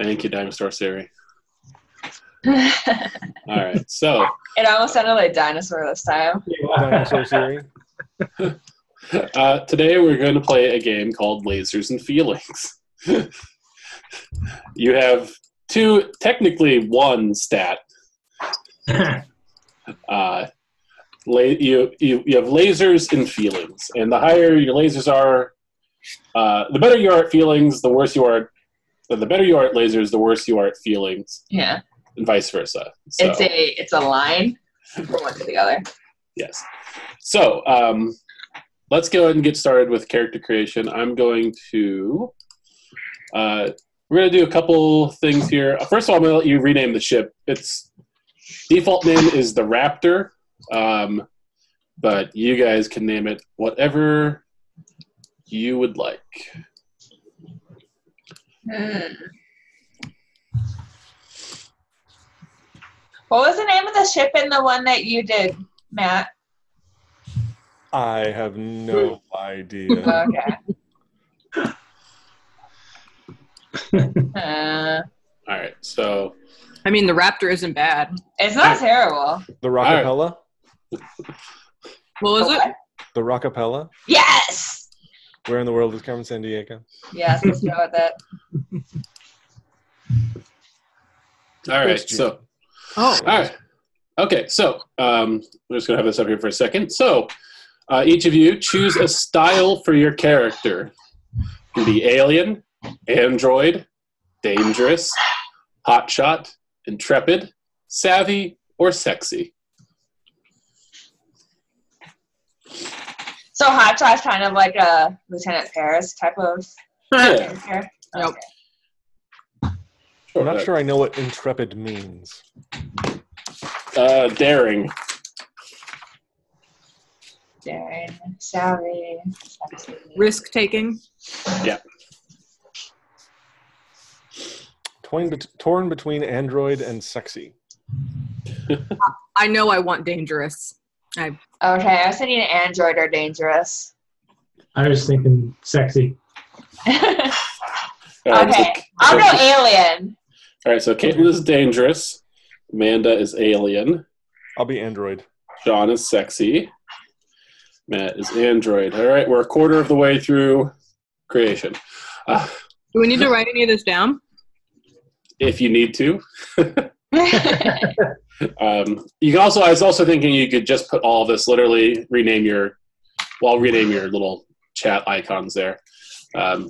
Thank you, Dinosaur Siri. All right. So, It almost sounded like dinosaur this time. Dinosaur Siri. uh, today we're going to play a game called Lasers and Feelings. you have two, technically one stat. Uh, la- you, you, you have lasers and feelings. And the higher your lasers are, uh, the better you are at feelings, the worse you are. The better you are at lasers, the worse you are at feelings, Yeah. and vice versa. So- It's a it's a line from one to the other. Yes. So um, let's go ahead and get started with character creation. I'm going to. Uh, we're going to do a couple things here. Uh, First of all, I'm going to let you rename the ship. Its default name is the Raptor, um, but you guys can name it whatever you would like. Hmm. What was the name of the ship in the one that you did, Matt? I have no idea. Okay. All uh, right. So I mean, the Raptor isn't bad. it's not terrible. The Rockapella? What was it? The Rockapella? Yes. Where in the world is Carmen San Diego? Yes, let's go with it. all right. Thanks, Jim. So Oh, All right. Okay, so um, we're just going to have this up here for a second. So uh, each of you choose a style for your character. It can be alien, android, dangerous, hotshot, intrepid, savvy, or sexy. So Hot Shot's kind of like a Lieutenant Paris type of Yeah, character. Yep. Okay. sure. I'm not sure I know what intrepid means. Uh, daring. Darren, Savvy, sexy. risk taking. Torn, bet- torn between android and sexy. I know I want dangerous. Okay, I was thinking Android or Dangerous. I was thinking sexy. okay, All right, Uh, so- I'll go Alien. all right, so Caitlin is dangerous. Amanda is alien. I'll be android. John is sexy. Matt is android. All right, we're a quarter of the way through creation. Uh, Do we need to write any of this down? if you need to. Um, you can also, I was also thinking you could just put all this, literally rename your, well, rename your little chat icons there. Um,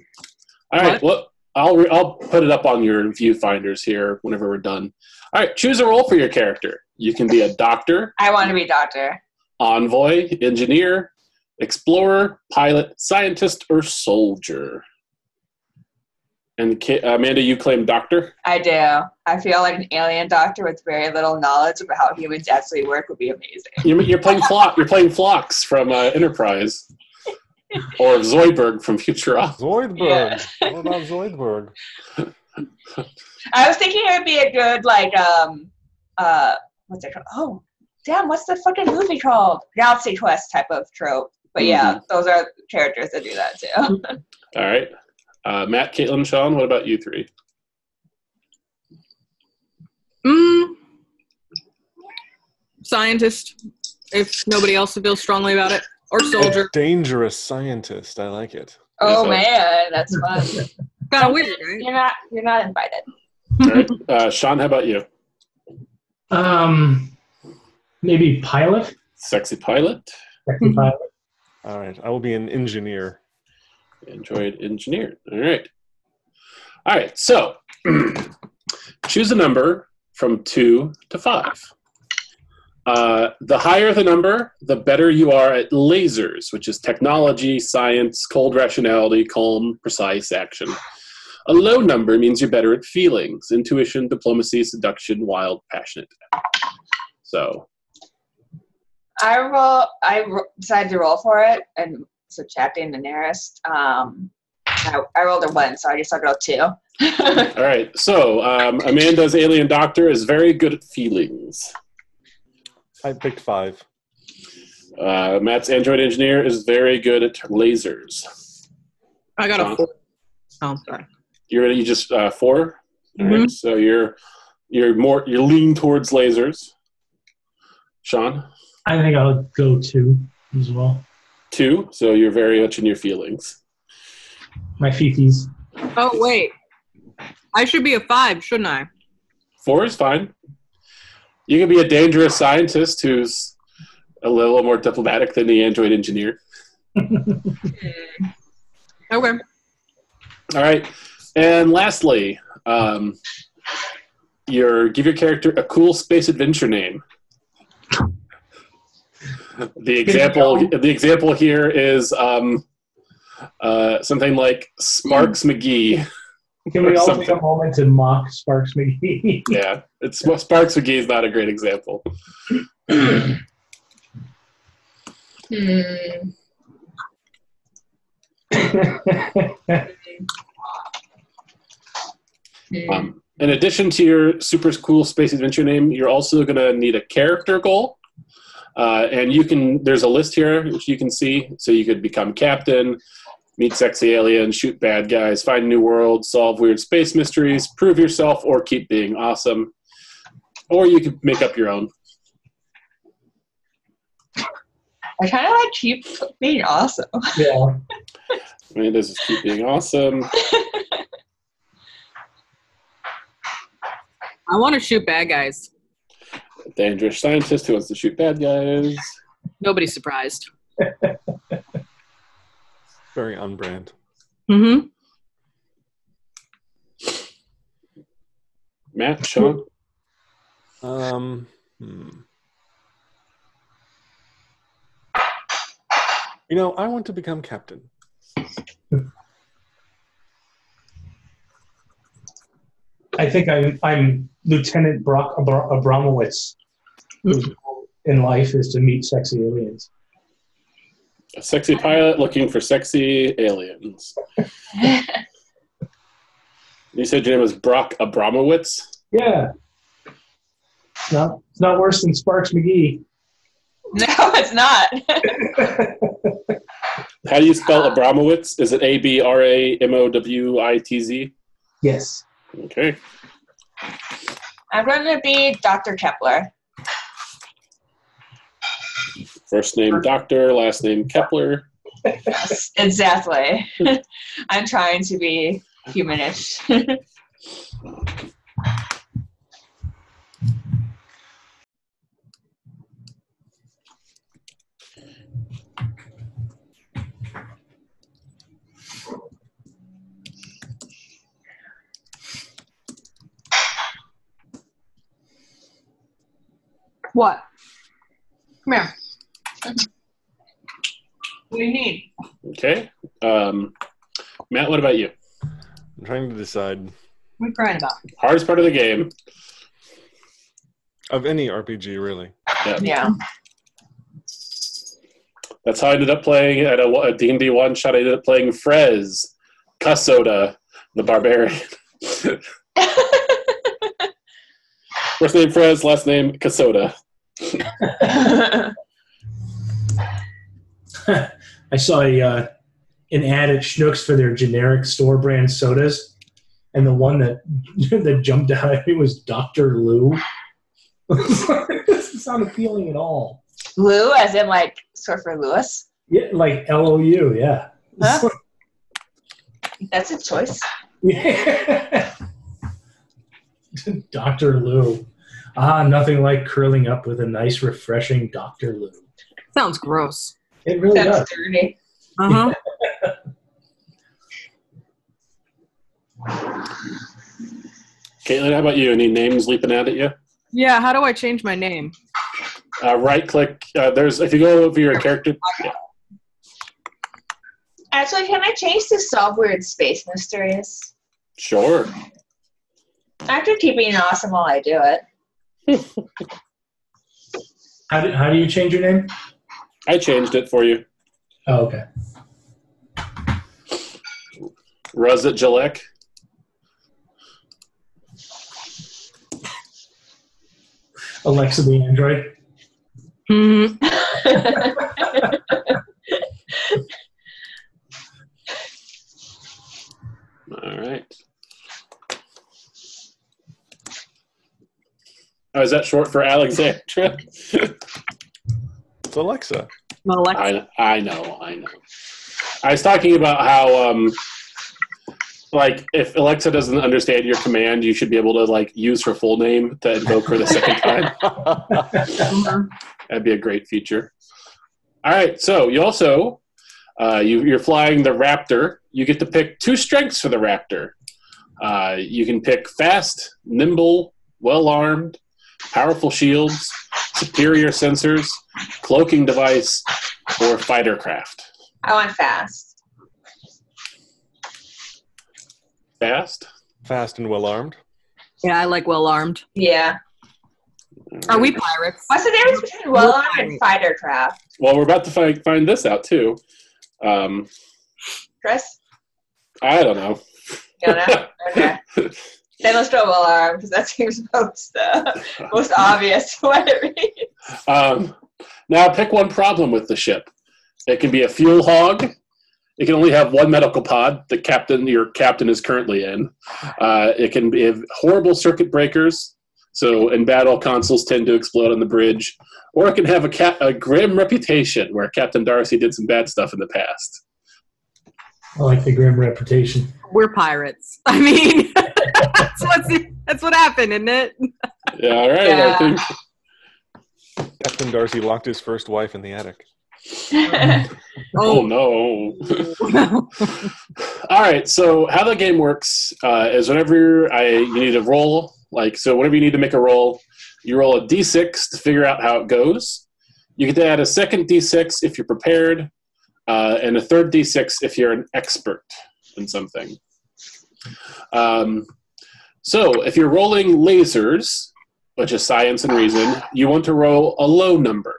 all right, well, I'll, re- I'll put it up on your viewfinders here whenever we're done. All right, choose a role for your character. You can be a doctor, I want to be Doctor. envoy, engineer, explorer, pilot, scientist, or soldier. And Ca- Amanda, you claim doctor? I do. I feel like an alien doctor with very little knowledge about how humans actually work would be amazing. You're, you're playing Flock. You're playing Flocks from uh, Enterprise, or Zoidberg from Futurama. Zoidberg. what about Zoidberg? I was thinking it would be a good like um uh what's it called? Oh damn, what's the fucking movie called? Galaxy Quest type of trope. But yeah, those are characters that do that too. All right, uh, Matt, Caitlin, Sean. What about you three? Mm. Scientist, if nobody else feels strongly about it, or A soldier. dangerous scientist. I like it. oh Yes, I- man, that's fun. Kind of weird, right? You're not you're not invited. All right, uh, Sean. How about you? Um, maybe pilot. Sexy pilot, Sexy pilot. All right. I will be an engineer. Android engineer. All right, all right. So choose a number from two to five. Uh, the higher the number, the better you are at lasers, which is technology, science, cold rationality, calm, precise action. A low number means you're better at feelings, intuition, diplomacy, seduction, wild, passionate. So, I roll. I ro- decided to roll for it, and subtracting the nearest. Um, I, I rolled a one, so I guess I'll go two. all right. So, um, Amanda's alien doctor is very good at feelings. I picked five. Uh, Matt's android engineer is very good at lasers. Uh, I got Huh? a four. Oh, sorry. You're you just uh, four. All Mm-hmm. right, so you're you're more you lean towards lasers. Sean, I think I'll go two as well. two. So you're very much in your feelings. My fifis. Oh wait, I should be a five, shouldn't I? Four is fine. You can be a dangerous scientist who's a little more diplomatic than the android engineer. Okay. All right, and lastly, um, your give your character a cool space adventure name. The example, the example here is um, uh, something like Sparks McGee. Can we Or all something. take a moment to mock Sparks McGee? yeah, it's well, Sparks McGee is not a great example. Hmm. Um, in addition to your super cool space adventure name, you're also going to need a character goal. Uh, and you can, there's a list here which you can see. So you could become captain, meet sexy aliens, shoot bad guys, find new worlds, solve weird space mysteries, prove yourself, or keep being awesome. Or you could make up your own. I kind of like keep being awesome. yeah. I mean, this is keep being awesome. I want to shoot bad guys. Dangerous scientist who wants to shoot bad guys. Nobody's surprised. Very on brand. Mm-hmm. Matt, Sean, Um, hmm. You know, I want to become captain. I think I'm I'm Lieutenant Brock Abra- Abramowitz. whose goal In life is to meet sexy aliens. a sexy pilot looking for sexy aliens. You said your name was Brock Abramowitz. Yeah. No, it's not worse than Sparks McGee. no, it's not. How do you spell Abramowitz? Is it A B R A M O W I T Z? yes. Okay. I'm going to be Dr. Kepler. First name Doctor, last name Kepler. Yes, exactly. I'm trying to be humanish. What? Come here. what do you need? Okay. Um, Matt, what about you? I'm trying to decide What are you crying about? Hardest part of the game. of any RPG, really. Yeah. That's how I ended up playing at a, a D&D one shot. I ended up playing Frez, Cusoda, the barbarian. First name Frez, last name Cusoda. I saw a uh, an ad at Schnucks for their generic store brand sodas, and the one that that jumped out at me was Dr. Lou. this is not appealing at all. Lou, as in like Surfer Lewis. Yeah, like L O U. Yeah. Huh? That's a choice. Yeah. Dr. Lou. Ah, nothing like curling up with a nice, refreshing Dr. Lou. Sounds gross. It really does. That's dirty. Uh huh. Caitlin, how about you? Any names leaping out at you? yeah. How do I change my name? uh, right click. Uh, there's if you go over your character. Actually, can I change to solve weird space mysteries? Sure. After keeping awesome while I do it. How do, how do you change your name? I changed it for you. Oh, okay. Ruzit Jalek. Alexa the Android. Mm-hmm. All right. Oh, is that short for Alexandra? It's Alexa. Not Alexa. I, I know, I know. I was talking about how, um, like, if Alexa doesn't understand your command, you should be able to like use her full name to invoke her the second time. Mhm. That'd be a great feature. All right, so you also uh, you, you're flying the Raptor. You get to pick two strengths for the Raptor. Uh, you can pick fast, nimble, well armed, powerful shields, superior sensors, cloaking device, or fighter craft. I want fast. Fast. Fast and well armed. Yeah, I like well armed. Yeah. Are we pirates? What's the difference between well armed and fighter craft? Well, we're about to find, find this out too. Um, Chris? I don't know. You don't know? Okay. Then let's go well armed because that seems most uh, most obvious what it means. Um, now pick one problem with the ship. It can be a fuel hog. It can only have one medical pod. The captain, your captain, is currently in. Uh, it can be have horrible circuit breakers. So in battle, consoles tend to explode on the bridge, or it can have a, ca- a grim reputation where Captain Darcy did some bad stuff in the past. I like the grim reputation. We're pirates. I mean, that's, what's, that's what happened, isn't it? Yeah, all right. I Yeah. think Captain Darcy locked his first wife in the attic. Oh no! All right. So how the game works uh, is whenever I you need a roll, like so, whenever you need to make a roll, you roll a d6 to figure out how it goes. You get to add a second d6 if you're prepared, uh, and a third d6 if you're an expert in something. Um, so if you're rolling lasers, which is science and reason, you want to roll a low number.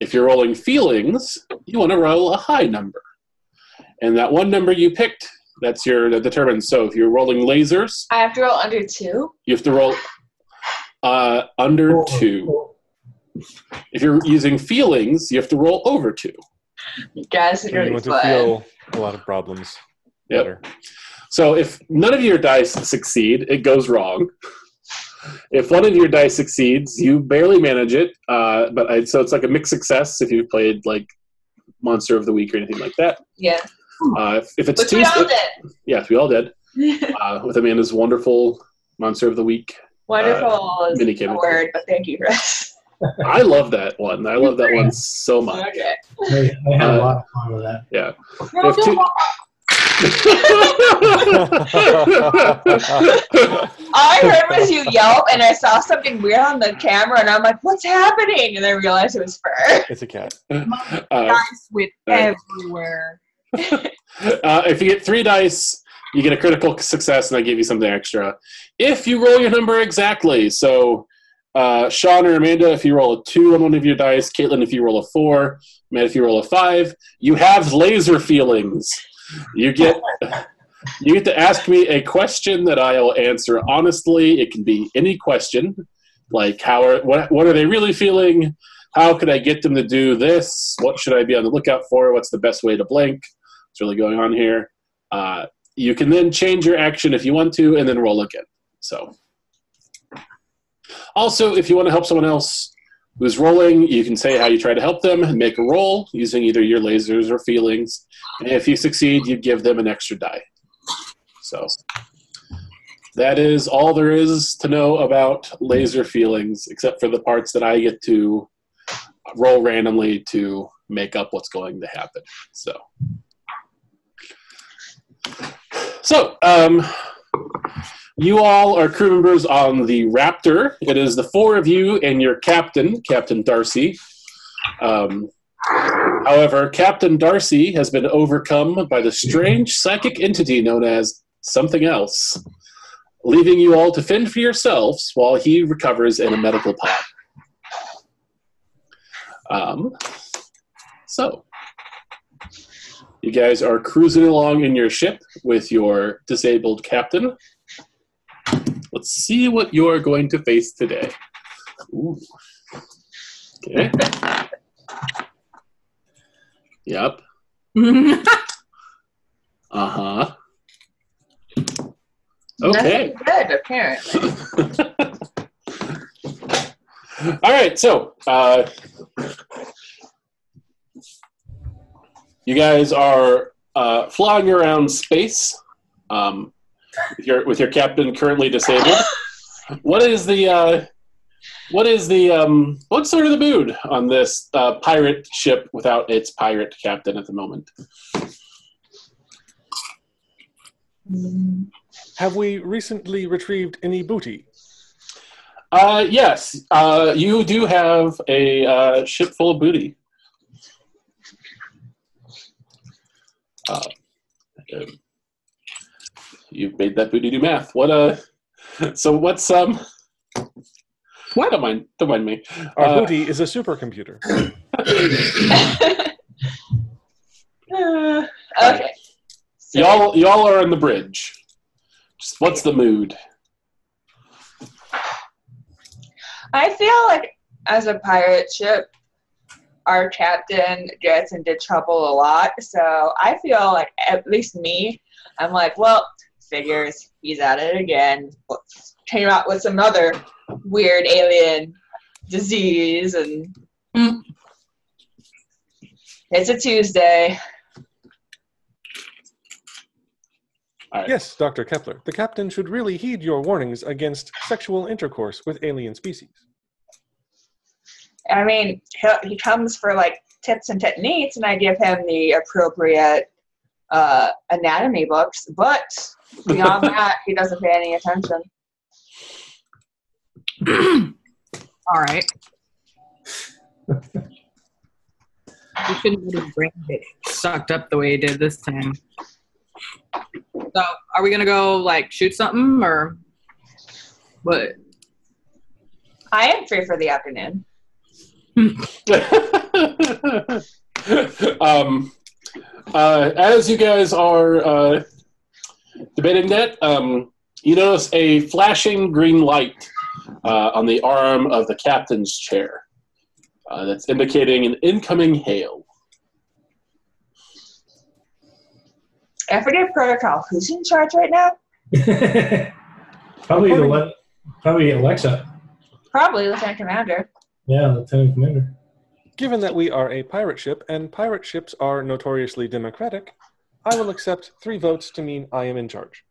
If you're rolling feelings, you want to roll a high number. And that one number you picked, that's your that determines. So if you're rolling lasers, I have to roll under two. you have to roll uh, under two. If you're using feelings, you have to roll over two. You guys are So you going want to to fun. feel a lot of problems. Yep. Better. So if none of your dice succeed, it goes wrong. If one of your dice succeeds, you barely manage it. Uh, but I, so it's like a mixed success if you've played like Monster of the Week or anything like that. Yeah. Uh, if, if it's But two, we all yes, we all did. did. uh, with Amanda's wonderful Monster of the Week. Wonderful is mini game. a word, but thank you, Chris. I love that one. I love that one so much. Okay. I, I had Uh, a lot of fun with that. Yeah. Roll two- the All I heard was you yelp, and I saw something weird on the camera, and I'm like, "What's happening?" And I realized it was fur. It's a cat. Uh, Guys with Alright. everywhere. uh, if you get three dice, you get a critical success, and I give you something extra. If you roll your number exactly, so uh, Sean or Amanda, if you roll a two on one of your dice, Caitlin, if you roll a four, Matt, if you roll a five, you have laser feelings. You get you get to ask me a question that I will answer honestly. It can be any question, like how are what what are they really feeling? How could I get them to do this? What should I be on the lookout for? What's the best way to blink? What's really going on here? Uh, you can then change your action if you want to, and then roll again. So, also, if you want to help someone else who's rolling, you can say how you try to help them and make a roll using either your lasers or feelings. And if you succeed, you give them an extra die. So that is all there is to know about laser feelings, except for the parts that I get to roll randomly to make up what's going to happen. So, so um, you all are crew members on the Raptor. It is the four of you and your captain, Captain Darcy. Um, however, Captain Darcy has been overcome by the strange psychic entity known as something else, leaving you all to fend for yourselves while he recovers in a medical pod. Um, so, you guys are cruising along in your ship with your disabled captain. Let's see what you're going to face today. Ooh. Okay. Yep. Uh huh. Okay. Nothing good, apparently. All right, so uh, you guys are uh, flying around space um, with your with your captain currently disabled. What is the uh, what is the um, what's sort of the mood on this uh, pirate ship without its pirate captain at the moment? Have we recently retrieved any booty? Uh, yes, uh, you do have a uh, ship full of booty. Uh, um, you've made that booty do math. What uh So what's um? What? Don't mind. Don't mind me. Our Uh, booty is a supercomputer. Uh, okay. So, Y'all, y'all are on the bridge. Just what's the mood? I feel like as a pirate ship, our captain gets into trouble a lot. So I feel like, at least me, I'm like, well, figures, he's at it again. Came out with some other weird alien disease, and Mm. it's a Tuesday. Yes, Dr. Kepler, the captain should really heed your warnings against sexual intercourse with alien species. I mean, he, he comes for like tips and techniques, and I give him the appropriate uh, anatomy books. But beyond that, he doesn't pay any attention. All right. You shouldn't let his brain get sucked up the way he did this time. So, are we gonna go like shoot something or what? I am free for the afternoon. um, uh, as you guys are uh, debating that, um, you notice a flashing green light uh, on the arm of the captain's chair. Uh, that's indicating an incoming hail. I forget protocol. Who's in charge right now? probably the le- probably Alexa. Probably Lieutenant Commander. Yeah, Lieutenant Commander. Given that we are a pirate ship and pirate ships are notoriously democratic, I will accept three votes to mean I am in charge.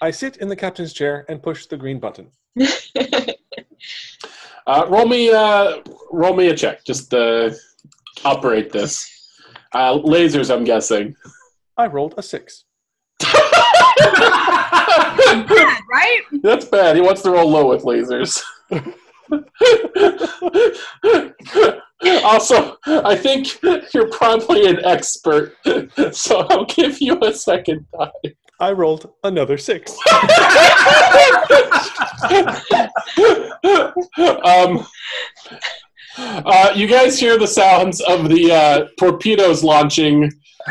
I sit in the captain's chair and push the green button. Uh, roll me, uh, roll me a check. Just uh, operate this. Uh, lasers, I'm guessing. I rolled a six. Bad, right? That's bad. He wants to roll low with lasers. also, I think you're probably an expert, so I'll give you a second time. I rolled another six. um, uh, you guys hear the sounds of the uh, torpedoes launching,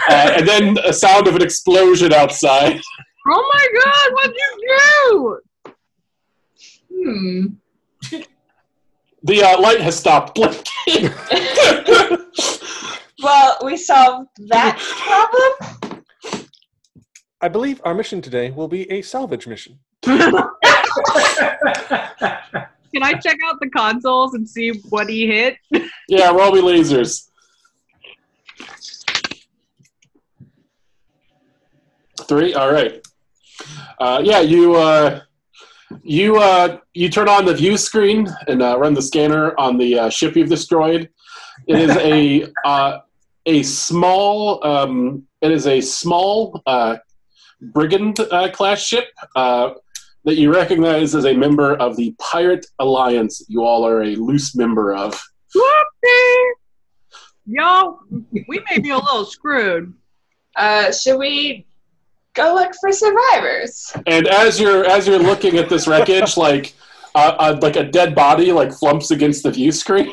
uh, and then a sound of an explosion outside. Oh my god, what'd you Hmm. The uh, light has stopped blinking. Well, we solved that problem. I believe our mission today will be a salvage mission. do? Can I check out the consoles and see what he hit? yeah, roll me lasers. Three. All right. Uh, yeah, you uh, you uh, you turn on the view screen and uh, run the scanner on the uh, ship you've destroyed. It is a uh, a small um, it is a small uh, brigand uh, class ship uh, that you recognize as a member of the Pirate Alliance. You all are a loose member of. Whoopsie! Y'all, we may be a little screwed. Uh, should we go look for survivors? And as you're as you're looking at this wreckage, like uh, uh, like a dead body like flumps against the view screen,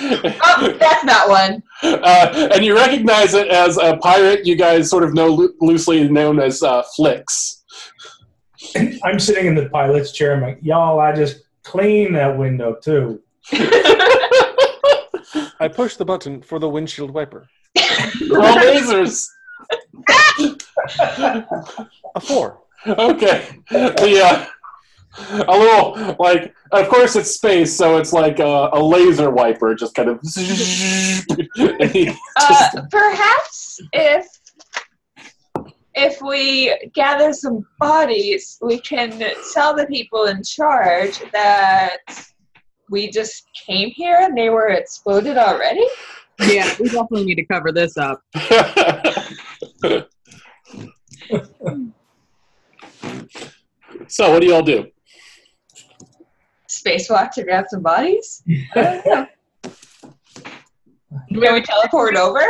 Oh, that's not one. uh, and you recognize it as a pirate. You guys sort of know loo- loosely known as uh, Flicks. I'm sitting in the pilot's chair. I'm like, y'all, I just cleaned that window too. I push the button for the windshield wiper. Roll Oh, lasers. A four. Okay. The uh, a little like of course it's space so it's like a, a laser wiper just kind of and he Uh, just- perhaps if if we gather some bodies, we can tell the people in charge that we just came here and they were exploded already. Yeah, we definitely need to cover this up. so what do y'all do Spacewalk to grab some bodies. I don't know. Can we teleport over?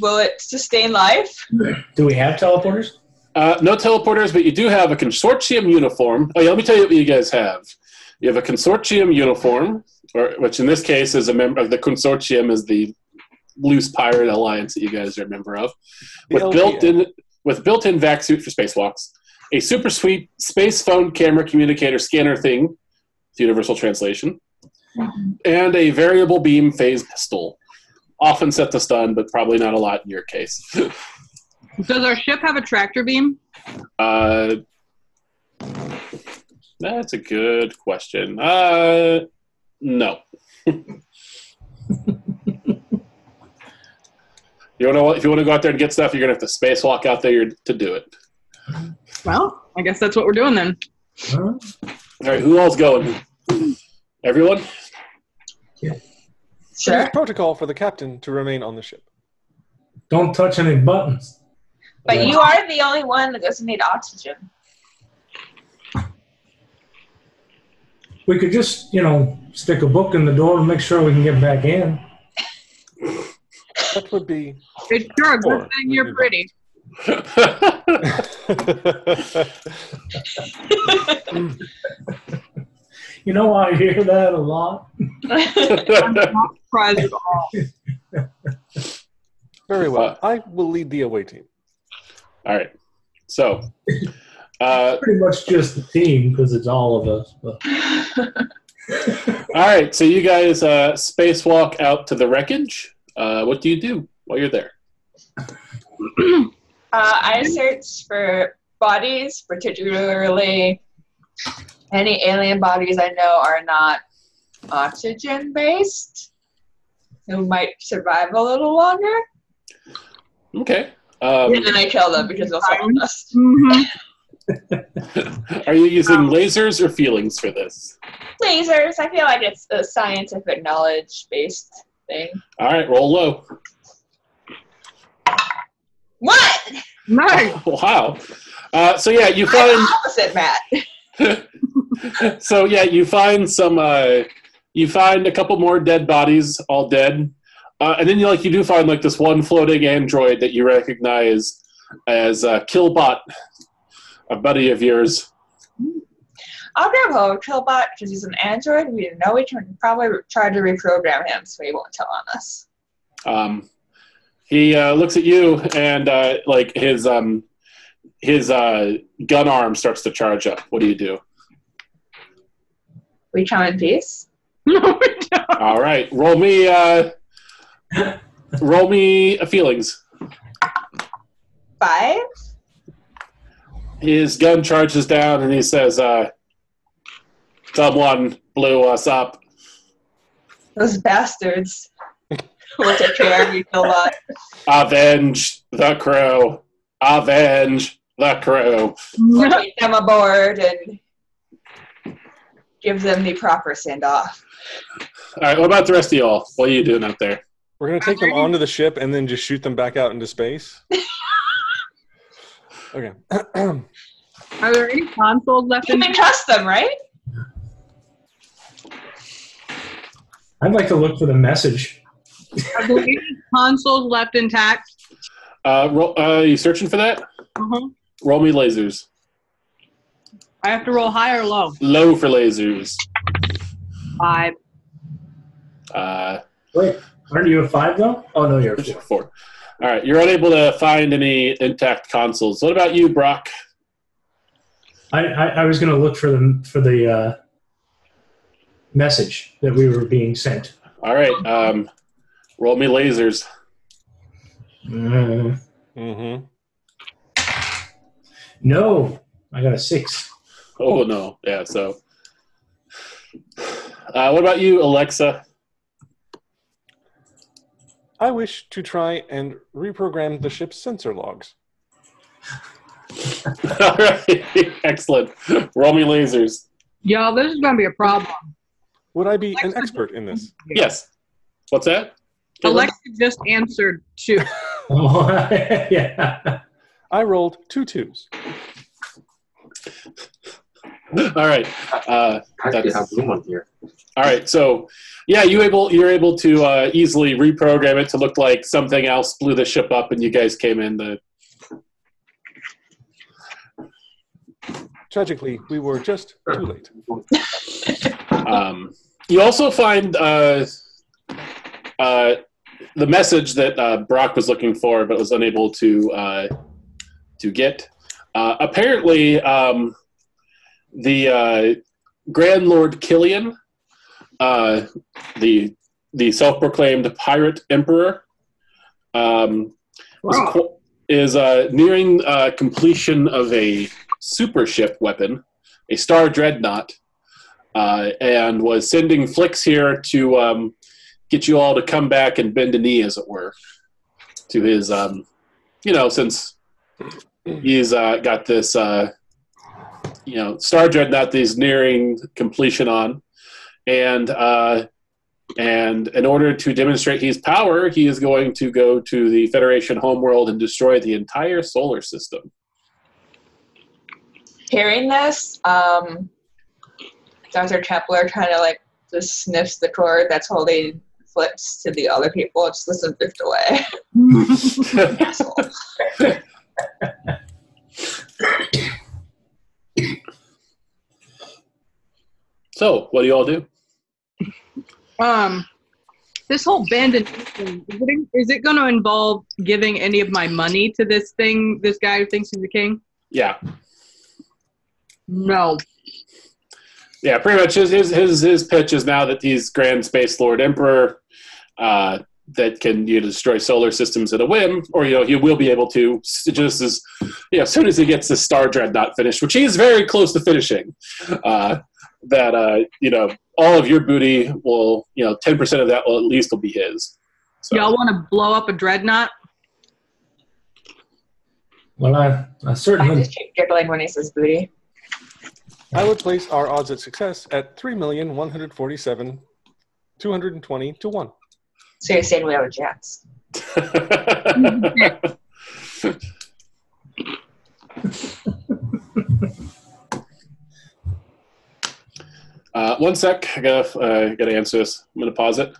Will it sustain life? Do we have teleporters? Uh, no teleporters, but you do have a consortium uniform. Oh, yeah, let me tell you what you guys have. You have a consortium uniform, or, which in this case is a member of the consortium is the loose pirate alliance that you guys are a member of, The with LPA. built-in with built-in vac suit for spacewalks, a super sweet space phone camera communicator scanner thing, the universal translation, and a variable beam phase pistol, often set to stun, but probably not a lot in your case. Does our ship have a tractor beam? Uh, that's a good question. Uh, no. you want to if you want to go out there and get stuff, you're gonna have to spacewalk out there to do it. Well, I guess that's what we're doing then. Huh? All right, who all's going? Everyone. It is Sure. protocol for the captain to remain on the ship. Don't touch any buttons. But you are the only one that doesn't need oxygen. We could just, you know, stick a book in the door and make sure we can get back in. That would be. It's sure a good Sure. thing you're pretty. You know, I hear that a lot. I'm not surprised at all. Very Uh, well. I will lead the away team. All right. So, uh, Pretty much just the team because it's all of us. But all right. So you guys uh, spacewalk out to the wreckage. Uh, what do you do while you're there? Uh, I search for bodies, particularly any alien bodies I know are not oxygen based, who might survive a little longer. Okay. Um, And then I kill them because they'll surround us. Mhm. Are you using Um, lasers or feelings for this? Lasers, I feel like it's a scientific knowledge based thing. All right, roll low. What? Nice. wow. Uh, so yeah, you I'm find the opposite, Matt. so yeah you find some uh, you find a couple more dead bodies, all dead, uh, and then you like you do find like this one floating android that you recognize as uh, Killbot, a buddy of yours. I'll grab hold of Killbot because he's an android. We know we can probably try to reprogram him so he won't tell on us. Um, he uh, looks at you and uh, like his um, his uh, gun arm starts to charge up. What do you do? We come in peace. No, we don't. All right, roll me, uh, roll me a feelings. Five. His gun charges down, and he says, uh, "Someone blew us up." Those bastards. we'll take care of you, Killbot. Avenge the crew. Avenge the crew. We'll No. take them aboard and give them the proper send off. All right, what about the rest of y'all? What are you doing out there? We're going to take them Alrighty. onto the ship and then just shoot them back out into space. okay. Are there any consoles left You in can trust them, right? I'd like to look for the message. Are there any consoles left intact? Uh, roll, uh, you searching for that? Uh-huh. Roll me lasers. I have to roll high or low? Low for lasers. Five. Uh, Wait, aren't you a five though? Oh no, you're a four. four. All right, you're unable to find any intact consoles. What about you, Brock? I, I, I was going to look for the for the uh, message that we were being sent. All right. Um, roll me lasers. Mm. Mm-hmm. No, I got a six. Oh no, yeah. So, uh, what about you, Alexa? I wish to try and reprogram the ship's sensor logs. All right, excellent. Roll me lasers. Y'all, this is gonna be a problem. Would I be an expert in this? Yes. What's that? Alexa just answered two. Oh, yeah. I rolled two twos. All right. Uh, Actually, That's- have blue one here. all right. So, yeah, you able you're able to uh, easily reprogram it to look like something else blew the ship up, and you guys came in the Tragically, we were just too late. um, you also find uh, uh, the message that uh, Brock was looking for, but was unable to uh, to get. Uh, apparently, um, the uh, Grand Lord Killian, uh, the the self-proclaimed pirate emperor, um, is, Wow. qu- is uh, nearing uh, completion of a super ship weapon, a Star Dreadnought, uh, and was sending flicks here to um, get you all to come back and bend a knee, as it were, to his, um, you know, since he's uh, got this, uh, you know, Star Dreadnought that he's nearing completion on, and. Uh, and in order to demonstrate his power, he is going to go to the Federation homeworld and destroy the entire solar system. Hearing this, um, Dr. Kepler kind of like just sniffs the cord that's holding flips to the other people, just lets them drift away. Asshole. so, what do you all do? Um, this whole bandit thing, is it, is it going to involve giving any of my money to this thing, this guy who thinks he's the king? Yeah, No. yeah. Pretty much his his his, his pitch is now that he's Grand Space Lord Emperor uh, that can you know, destroy solar systems at a whim, or you know he will be able to s- just as you know as soon as he gets the Star Dreadnought finished, which he is very close to finishing. Uh, that uh, you know all of your booty will you know ten percent of that will at least will be his. So. Y'all want to blow up a dreadnought? Well, I, I I certainly. just keep giggling when he says booty. I would place our odds at success at 3,147,220 to 1. So you're saying we have a chance. All Uh, one sec, I gotta, uh, gotta answer this. I'm gonna pause it.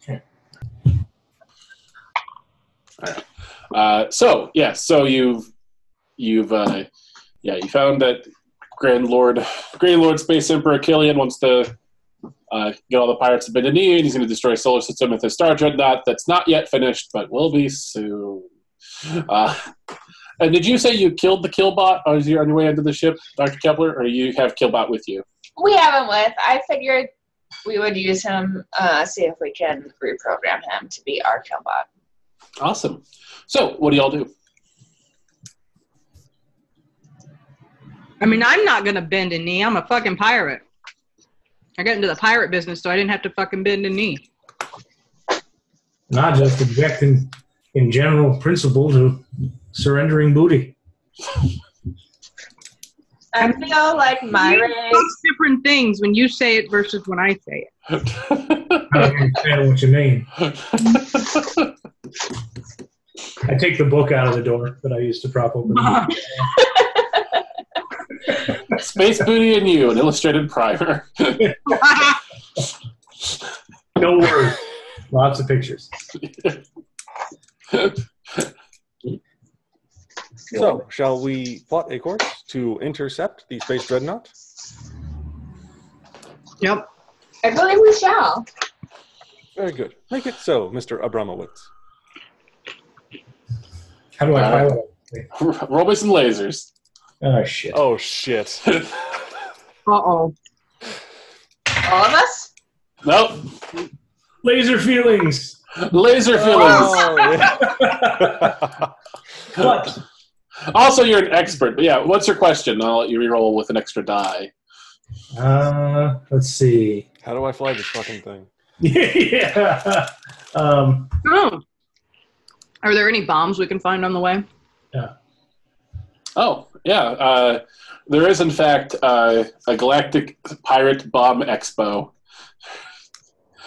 Okay. Alright. Uh, so yeah, so you've you've uh, yeah you found that Grand Lord Grand Lord Space Emperor Killian wants to uh, get all the pirates to bend a knee, and he's going to destroy solar system with his star dreadnought that's not yet finished, but will be soon. Uh, and did you say you killed the killbot on your on your way into the ship, Doctor Kepler, or you have killbot with you? We have him with. I figured we would use him, uh, see if we can reprogram him to be our killbot. Awesome. So, what do y'all do? I mean, I'm not going to bend a knee. I'm a fucking pirate. I got into the pirate business, so I didn't have to fucking bend a knee. Not just objecting in general principle to surrendering booty. I feel like my You race It's different things when you say it versus when I say it. I don't understand what you mean. I take the book out of the door that I used to prop open. Space Booty and You, an illustrated primer. No words. Lots of pictures. So, shall we plot a course to intercept the space dreadnought? yep. I believe we shall. Very good. Make it so, Mr. Abramowitz. How do I Uh, highlight? Roll me some lasers. Oh shit! Oh, shit. Uh oh. All of us? nope. Laser feelings. Laser feelings. Oh, yeah. What? Also, you're an expert. But yeah, what's your question? I'll let you reroll with an extra die. Uh, let's see. How do I fly this fucking thing? yeah. Um, Oh. Are there any bombs we can find on the way? Oh, yeah. Uh, there is, in fact, uh, a Galactic Pirate Bomb Expo.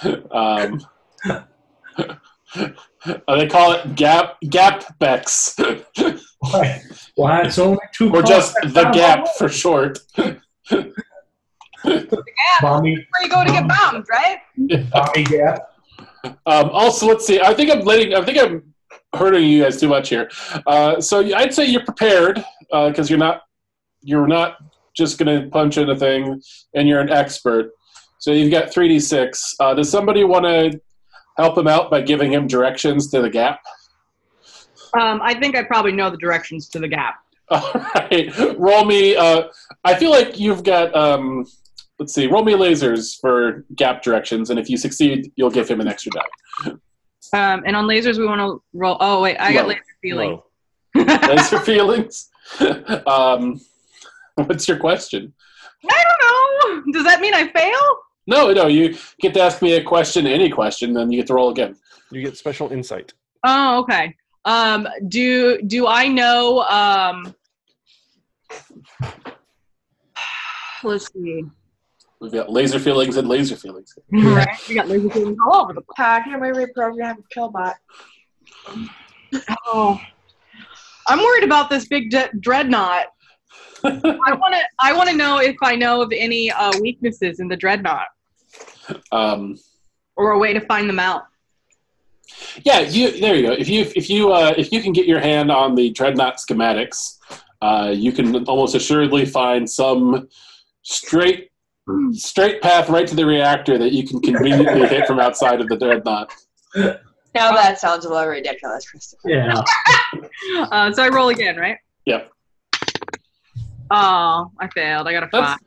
um, uh, they call it Gap Gap Bex, why? Why it's only two? or just cars. the Gap for short. Mommy, Where you go to get bombed, right? mommy gap. Um, also, let's see. I think I'm letting. I think I'm hurting you guys too much here. Uh, so I'd say you're prepared because you're not. You're not just going to punch in a thing, and you're an expert. So you've got three d six. Uh, Does somebody want to help him out by giving him directions to the gap? Um, I think I probably know the directions to the gap. All right, roll me. Uh, I feel like you've got. Um, let's see. Roll me lasers for gap directions, and if you succeed, you'll give him an extra die. Um, and on lasers, we want to roll. Oh wait, I got Low. laser feeling. Whoa. That's your feelings. um, what's your question? I don't know. Does that mean I fail? No, no, you get to ask me a question, any question, then you get to roll again. You get special insight. Oh, okay. Um, do do I know? Um, let's see. We've got laser feelings and laser feelings. Right, we got laser feelings all over the place. How can we reprogram Killbot? Oh, I'm worried about this big de- dreadnought. I want to. I want to know if I know of any uh, weaknesses in the dreadnought, Um, or a way to find them out. yeah, you. There you go. If you if you uh, if you can get your hand on the dreadnought schematics, uh, you can almost assuredly find some straight straight path right to the reactor that you can conveniently hit from outside of the dreadnought. Now that sounds a little ridiculous, Christopher. Yeah. Uh, so I roll again, right? Yep. Oh, I failed. I got a five.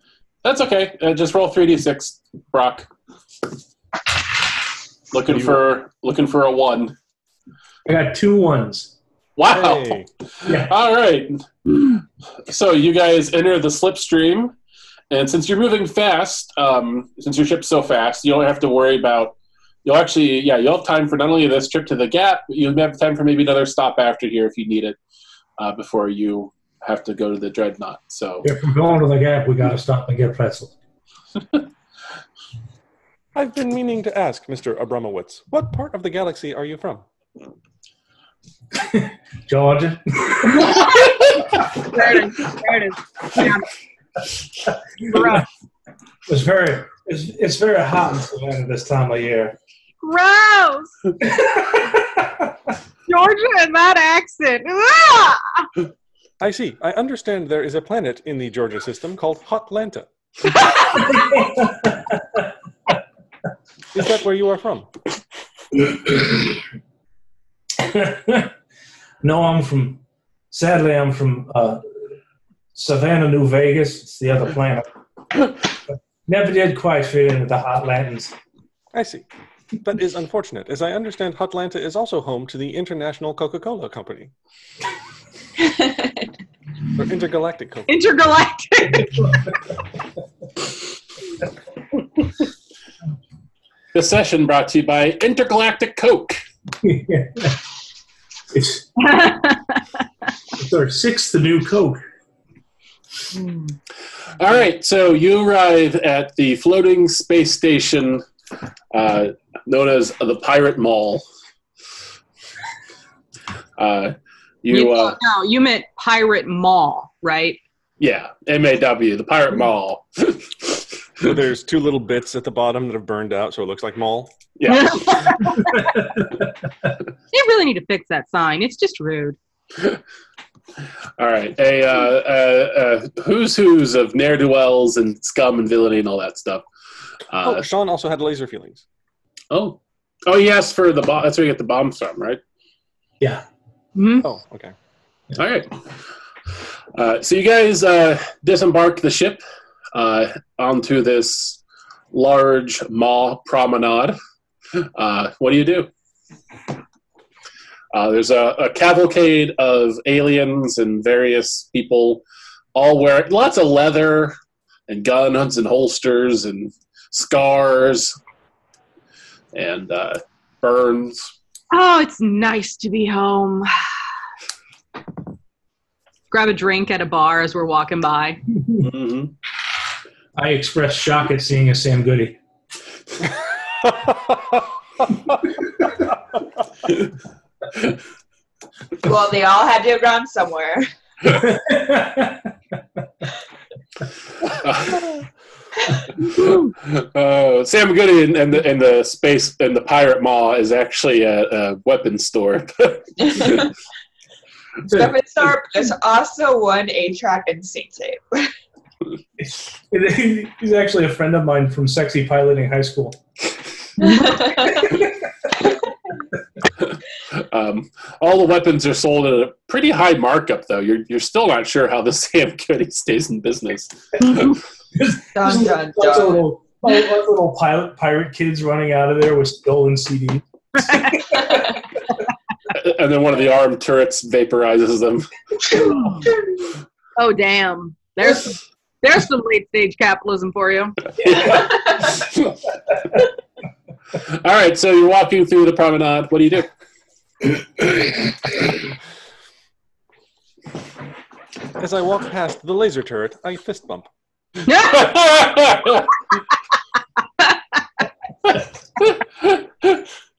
That's that's okay. Uh, just roll three d six, Brock. Looking for looking for a one. I got two ones. Wow. Hey. Yeah. All right. So you guys enter the slipstream, and since you're moving fast, um, since your ship's so fast, you don't have to worry about. You'll actually, yeah, you'll have time for not only this trip to the Gap, but you'll have time for maybe another stop after here if you need it uh, before you have to go to the Dreadnought. So If we're going to the gap, we gotta stop and get pretzel. I've been meaning to ask, Mr. Abramowitz, what part of the galaxy are you from? Georgia. There it is. There it is. Yeah. Gross. It's very it's, it's very hot in Savannah this time of year. Gross. Georgia and that accent. Ah! I see. I understand there is a planet in the Georgia system called Hotlanta. is that where you are from? no, I'm from sadly I'm from uh, Savannah, New Vegas. It's the other planet. Never did quite fit in with the hot Latins. I see. That is unfortunate, as I understand Hotlanta is also home to the International Coca Cola Company, or Intergalactic Coca Intergalactic. this session brought to you by Intergalactic Coke. it's, it's our sixth new Coke. All right, so you arrive at the floating space station uh, known as the Pirate Mall. Uh, you, uh, no, you meant Pirate Mall, right? yeah, MAW, the Pirate Mall. Cola. There's two little bits at the bottom that have burned out, so it looks like mall. Yeah. they really need to fix that sign. It's just rude. All right, a uh, uh, uh, who's who's of ne'er do wells and scum and villainy and all that stuff. oh, Uh, Sean also had laser feelings. oh, oh, yes, for the bomb. That's where you get the bombs from, right? Yeah. Mhm. Oh, okay. All right. Uh, so you guys uh, disembark the ship uh, onto this large mall promenade. Uh, what do you do? Uh, there's a, a cavalcade of aliens and various people, all wearing lots of leather and guns and holsters and scars and uh, burns. Oh, it's nice to be home. Grab a drink at a bar as we're walking by. hmm I expressed shock at seeing a Sam Goody. Well, they all had to have gone somewhere. uh, Sam Goody and, and, the, and the space and the pirate mall is actually a, a weapon store. Step and Star, but there's also one A track and Saint Tape. He's actually a friend of mine from Sexy Piloting High School. um, all the weapons are sold at a pretty high markup, though. You're you're still not sure how the Sam Goody stays in business. dun, dun, Lots of dun. little, lots of little pilot, pirate kids running out of there with stolen CDs. and then one of the armed turrets vaporizes them. oh, damn. There's there's some late stage capitalism for you. All right, so you're walking through the promenade. What do you do? As I walk past the laser turret, I fist bump.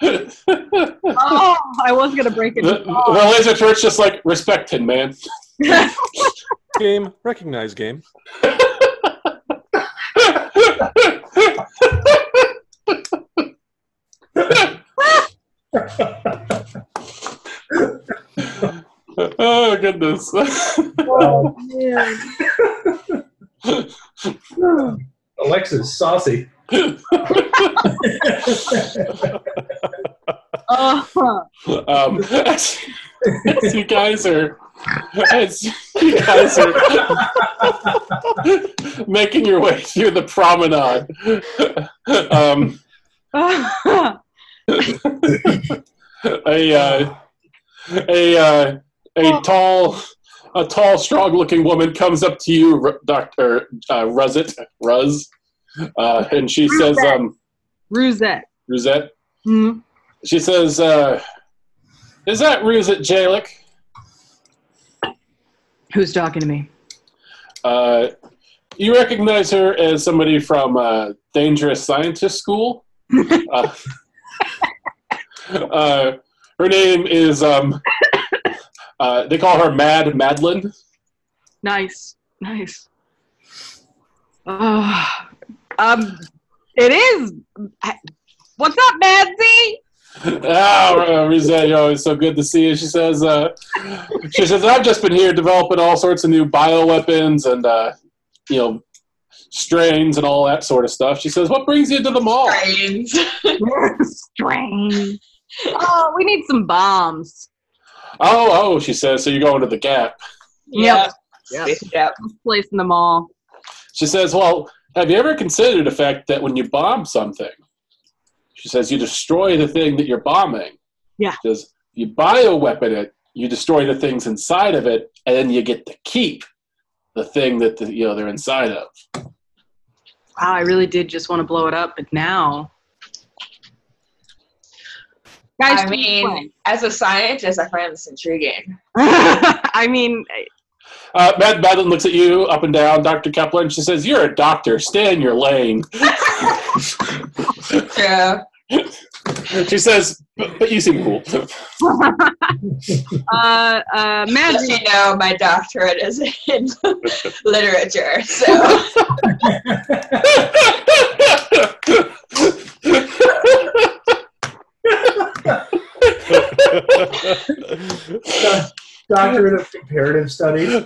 the, oh, I was gonna break it. the laser turret's just like respect him, man. Game, recognize game. oh goodness. Um, Yeah. Alexa's saucy. Uh-huh. um, as, as you guys are as you guys are making your way through the promenade um, Uh-huh. a uh, a uh, a tall a tall strong looking woman comes up to you Ru- dr uh, ruzzet ruz uh, and she says um, Rosette. rosette Mm. she says uh, is that ruzet jalik Who's talking to me? Uh, you recognize her as somebody from uh, Dangerous Scientist School. uh, uh, her name is, um, uh, they call her Mad Madeline. Nice, nice. Oh, um, it is. What's up, Madsy? Ah, Rosario, it's so good to see you. She says, uh, she says, I've just been here developing all sorts of new bioweapons and, uh, you know, strains and all that sort of stuff. She says, what brings you to the mall? Brains. Strange. Oh, we need some bombs. Oh, oh, she says, so you're going to the Gap. Yep. Yep. Yep. Yep. Place in the mall. She says, Well, have you ever considered the fact that when you bomb something, she says, you destroy the thing that you're bombing? Yeah. She says, you bioweapon it, you destroy the things inside of it, and then you get to keep the thing that the, you know they're inside of. Wow, I really did just want to blow it up, but now. Guys, I mean, as a scientist, I find this intriguing. I mean, Uh, Mad Madeline looks at you up and down, Dr. Kepler, and she says, You're a doctor, stay in your lane. True. she says, But, but you seem cool. uh, uh, As Madsy, you know, my doctorate is in literature, so Uh, Doctorate of Comparative Studies.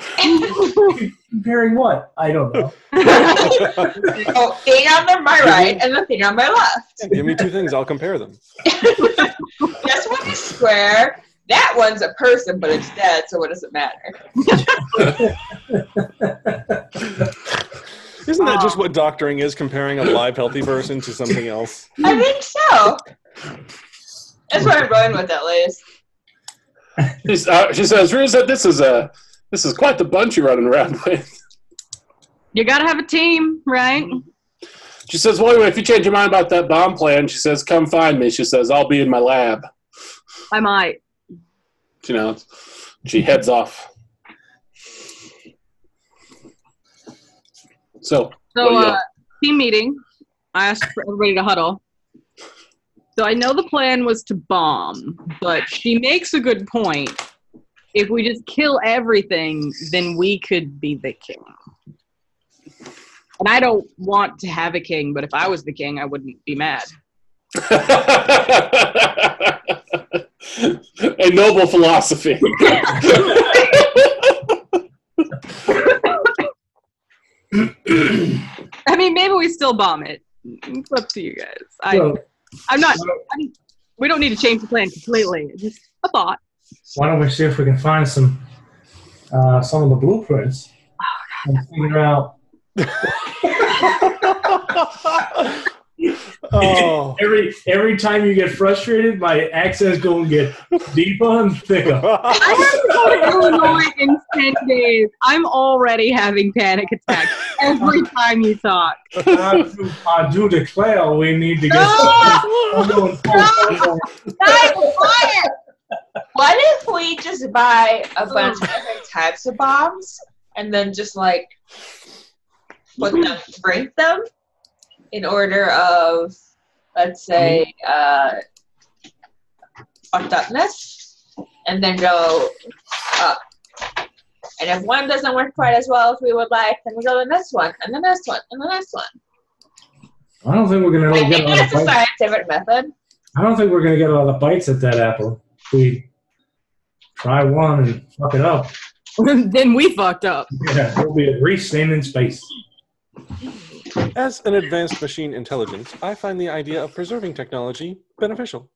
Comparing what? I don't know. oh, thing on the, my right and the thing on my left. Give me two things, I'll compare them. This one is square. That one's a person, but it's dead, so what does it matter? Isn't that just what doctoring is? Comparing a live, healthy person to something else? I think so. That's where I'm going with it, at least. She's, uh, she says, "Riza, this is a this is quite the bunch you're running around with." You gotta have a team, right? She says, "Well, anyway, if you change your mind about that bomb plan, she says, come find me." She says, "I'll be in my lab." I might. You know, she heads off. So, So, Well, yeah. uh, team meeting. I asked for everybody to huddle. So I know the plan was to bomb, but she makes a good point. If we just kill everything, then we could be the king. And I don't want to have a king, but if I was the king, I wouldn't be mad. a noble philosophy. I mean, maybe we still bomb it. It's up to you guys. I, Well, I'm not. I'm, we don't need to change the plan completely. Just a thought. why don't we see if we can find some uh, some of the blueprints and figure out oh. every every time you get frustrated, my accent's going to get deeper and thicker. I have to go to Illinois in 10 days. I'm already having panic attacks every time you talk. I, do, I do declare we need to get. No! I'm going full- Guys, quiet! What if we just buy a bunch of different types of bombs and then just like put them, rank them in order of, let's say, uh, fucked upness, and then go up. And if one doesn't work quite as well as we would like, then we go to the next one, and the next one, and the next one. I don't think we're going I to get think a lot of that's a bites. scientific method. I don't think we're going to get a lot of bites at that apple. If we try one and fuck it up. then we fucked up. Yeah, we'll be at reef staying in space. As an advanced machine intelligence, I find the idea of preserving technology beneficial.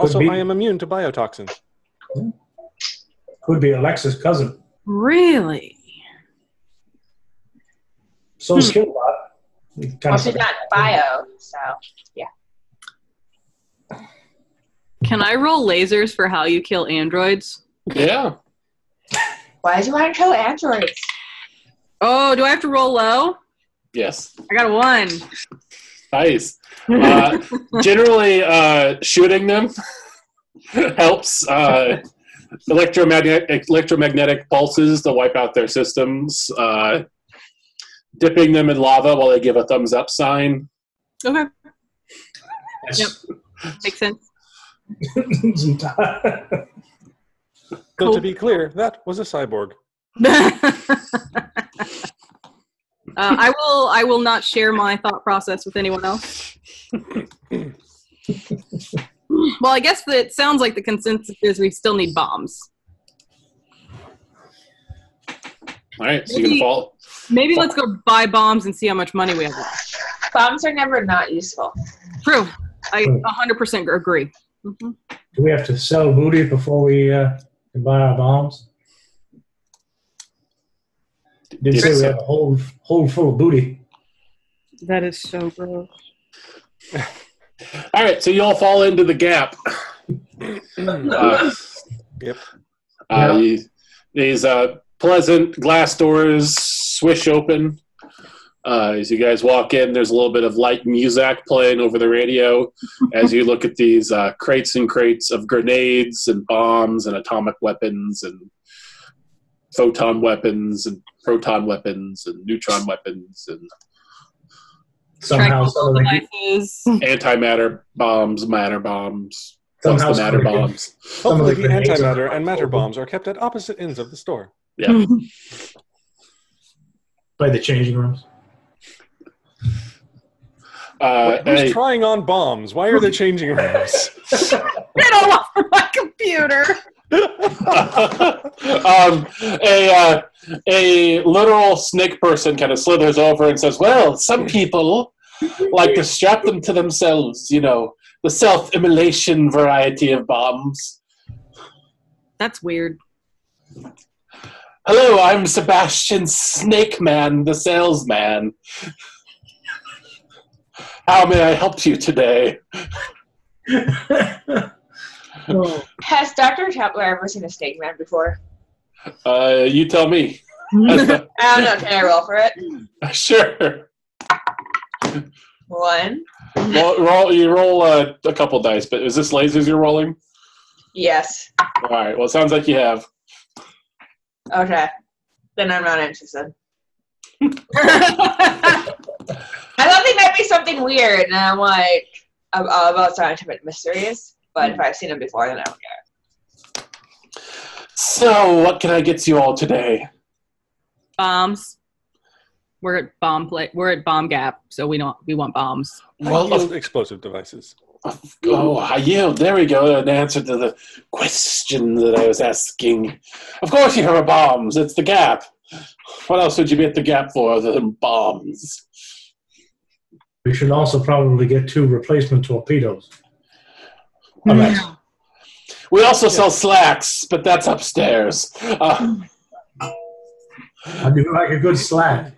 Also, Could be. I am immune to biotoxins. Could be Alexa's cousin. Really? So is Killbot. Kind Well, of she's not bio, so Can I roll lasers for how you kill androids? yeah. why do you want to kill androids? Oh, do I have to roll low? Yes. I got a one. Nice. Uh, generally, uh, shooting them helps uh, electromagnetic electromagnetic pulses to wipe out their systems. Uh, dipping them in lava while they give a thumbs up sign. okay, Yes. makes sense. Though Cool. to be clear, that was a cyborg. uh, I will. I will not share my thought process with anyone else. well, I guess that it sounds like the consensus is we still need bombs. All right, so you can Maybe- fall. Maybe let's go buy bombs and see how much money we have. Left. Bombs are never not useful. True. I 100% agree. Mhm. Do we have to sell booty before we uh, can buy our bombs? Didn't say we have a hold, hold full of booty. That is so gross. All right, so you all fall into the gap. Uh, Uh, Yep. Yeah. these- These uh, pleasant glass doors swish open. Uh, as you guys walk in, there's a little bit of light music playing over the radio as you look at these uh, crates and crates of grenades and bombs and atomic weapons and photon weapons and proton weapons and neutron weapons and Somehow, some of the, Devices. antimatter bombs, matter bombs, what's somehow the matter some of the- bombs. of Hopefully, the the grenades antimatter are- and matter bombs are kept at opposite ends of the store. Yeah. By the changing rooms. Uh, Wait, who's and- trying on bombs? Why are they changing rooms? Get off my computer. um, a uh, a literal snake person kind of slithers over and says, "Well, some people like to strap them to themselves, you know, the self-immolation variety of bombs." That's weird. Hello, I'm Sebastian Snake Man, the salesman. How may I help you today? Has Dr. Templar ever seen a snake man before? Uh, you tell me. I don't know. Can I roll for it? sure. One. Roll, roll, you roll uh, a couple dice, but is this lasers you're rolling? Yes. All right. Well, it sounds like you have. Okay. Then I'm not interested. I I thought they might be something weird, and I'm like, I'm all about scientific mysteries. But if I've seen them before, then I don't care. So, what can I get you all today? bombs. We're at bomb play. We're at bomb gap, so we don't. We want bombs. Well, Yield of, explosive devices. oh, I yield. There we go. An answer to the question that I was asking. Of course, you have bombs. It's the gap. What else would you be at the gap for other than bombs? We should also probably get two replacement torpedoes. All right. We also sell slacks, but that's upstairs. Uh, I do like a good slack.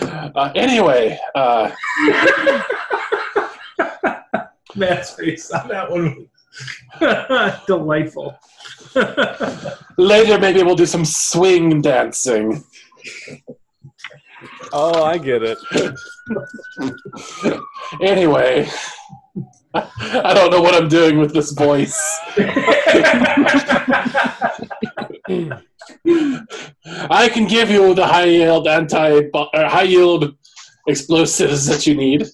uh, anyway, uh, Matt's face on that one. Delightful. later maybe we'll do some swing dancing. Oh, I get it. Anyway, I don't know what I'm doing with this voice. I can give you the high yield anti or high yield explosives that you need.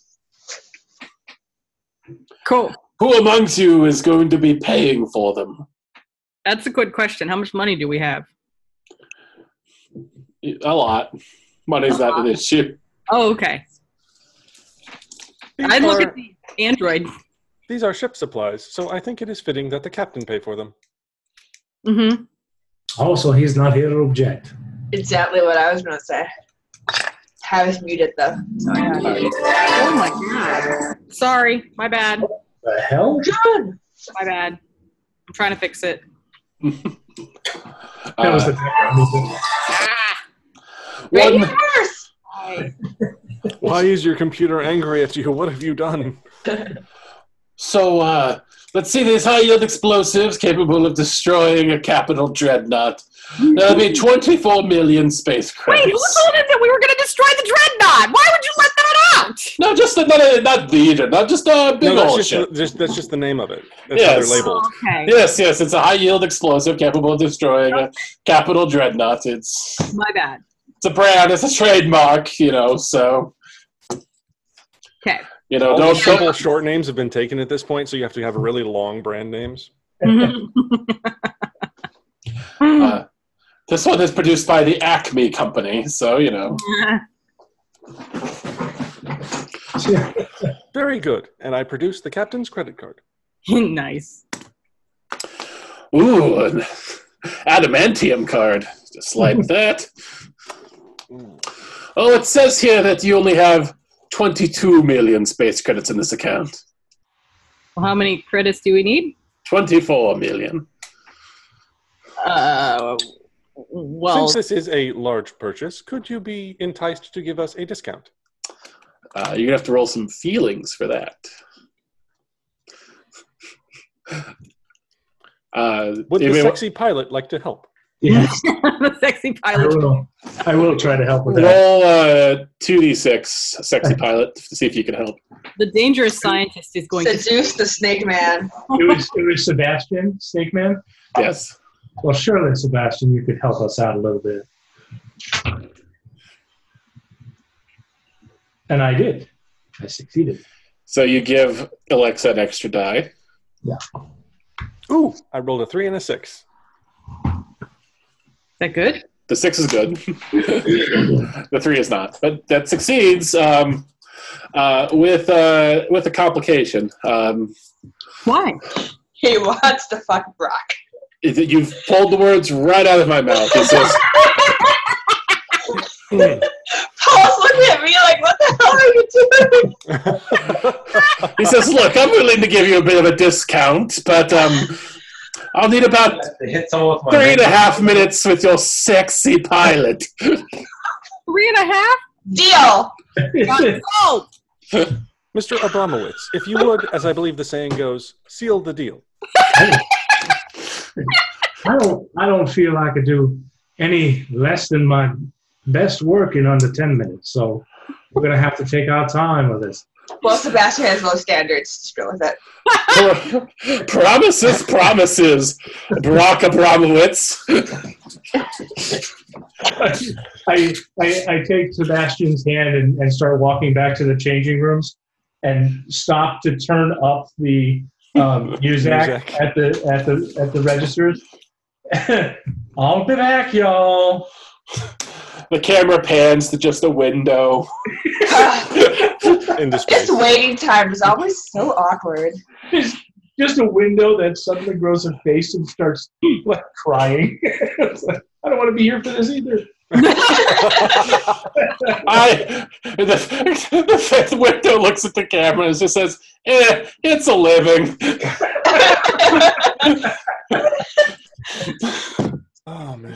Cool. Who amongst you is going to be paying for them? That's a good question. How much money do we have? A lot. Money's not an issue. Oh, okay. These I look at are, the android. these are ship supplies, so I think it is fitting that the captain pay for them. Mm-hmm. also, he's not here to object. Exactly what I was gonna say. Have it muted though. So I All right. Oh my god. Sorry. My bad. The hell? John. My bad. I'm trying to fix it. That was Uh, the background music. Right one, first. Why is your computer angry at you? What have you done? So uh, let's see these high yield explosives capable of destroying a capital dreadnought. There'll be 24 million spacecrafts. Wait, who told us that we were going to destroy the dreadnought? Why would you let that out? No, just the, not, not the dreadnought, just a big No, that's old just, ship. the, just, that's just the name of it. That's how Yes. they're labeled. okay. Yes, yes, it's a high yield explosive capable of destroying a capital dreadnought. It's My bad. it's a brand, it's a trademark, you know. So Okay. you know, All the don't simple short names have been taken at this point, so you have to have really long brand names. Uh, this one is produced by the Acme company, so you know. Very good. And I produce the captain's credit card. nice. Ooh, an adamantium card. Just like that. Oh, it says here that you only have 22 million space credits in this account. Well, how many credits do we need? 24 million. Uh, well, Since this is a large purchase, could you be enticed to give us a discount? Uh, you're going to have to roll some feelings for that. Uh, Would you the may- sexy pilot like to help? Yes, the sexy I pilot. will. I will try to help with that. roll uh, 2d6, sexy pilot, to see if you can help. The dangerous scientist is going to. Seduce the snake man. It was, it was Sebastian, Snake Man. Yes. Well, surely, Sebastian, you could help us out a little bit. And I did. I succeeded. So you give Alexa an extra die. Ooh, I rolled a three and a six. Is that good? The six is good. the three is not, but that succeeds um, uh, with uh, with a complication. Um, Why? He wants to fuck Brock. is that you've pulled the words right out of my mouth. It says, Paul's looking at me like, what the hell are you doing? he says, "Look, I'm willing to give you a bit of a discount, but um, I'll need about It hits all of my three and a half minutes with your sexy pilot." Three and a half? Deal. Oh, Mr. Abramowitz, if you would, as I believe the saying goes, seal the deal. I don't. I don't feel I could do any less than my best work in under ten minutes. So we're gonna have to take our time with this. Well, Sebastian has low standards. Just go with it. promises, promises, Barack Abramowitz. I, I, I take Sebastian's hand and, and start walking back to the changing rooms and stop to turn up the um, Muzak Muzak. at the at the at the registers. I'll be back, y'all. The camera pans to just a window. into space. this waiting time is always so awkward. Just, just a window that suddenly grows a face and starts like crying. It's like, I don't want to be here for this either. I the, the fifth window looks at the camera and just says, "Eh, it's a living." Oh man.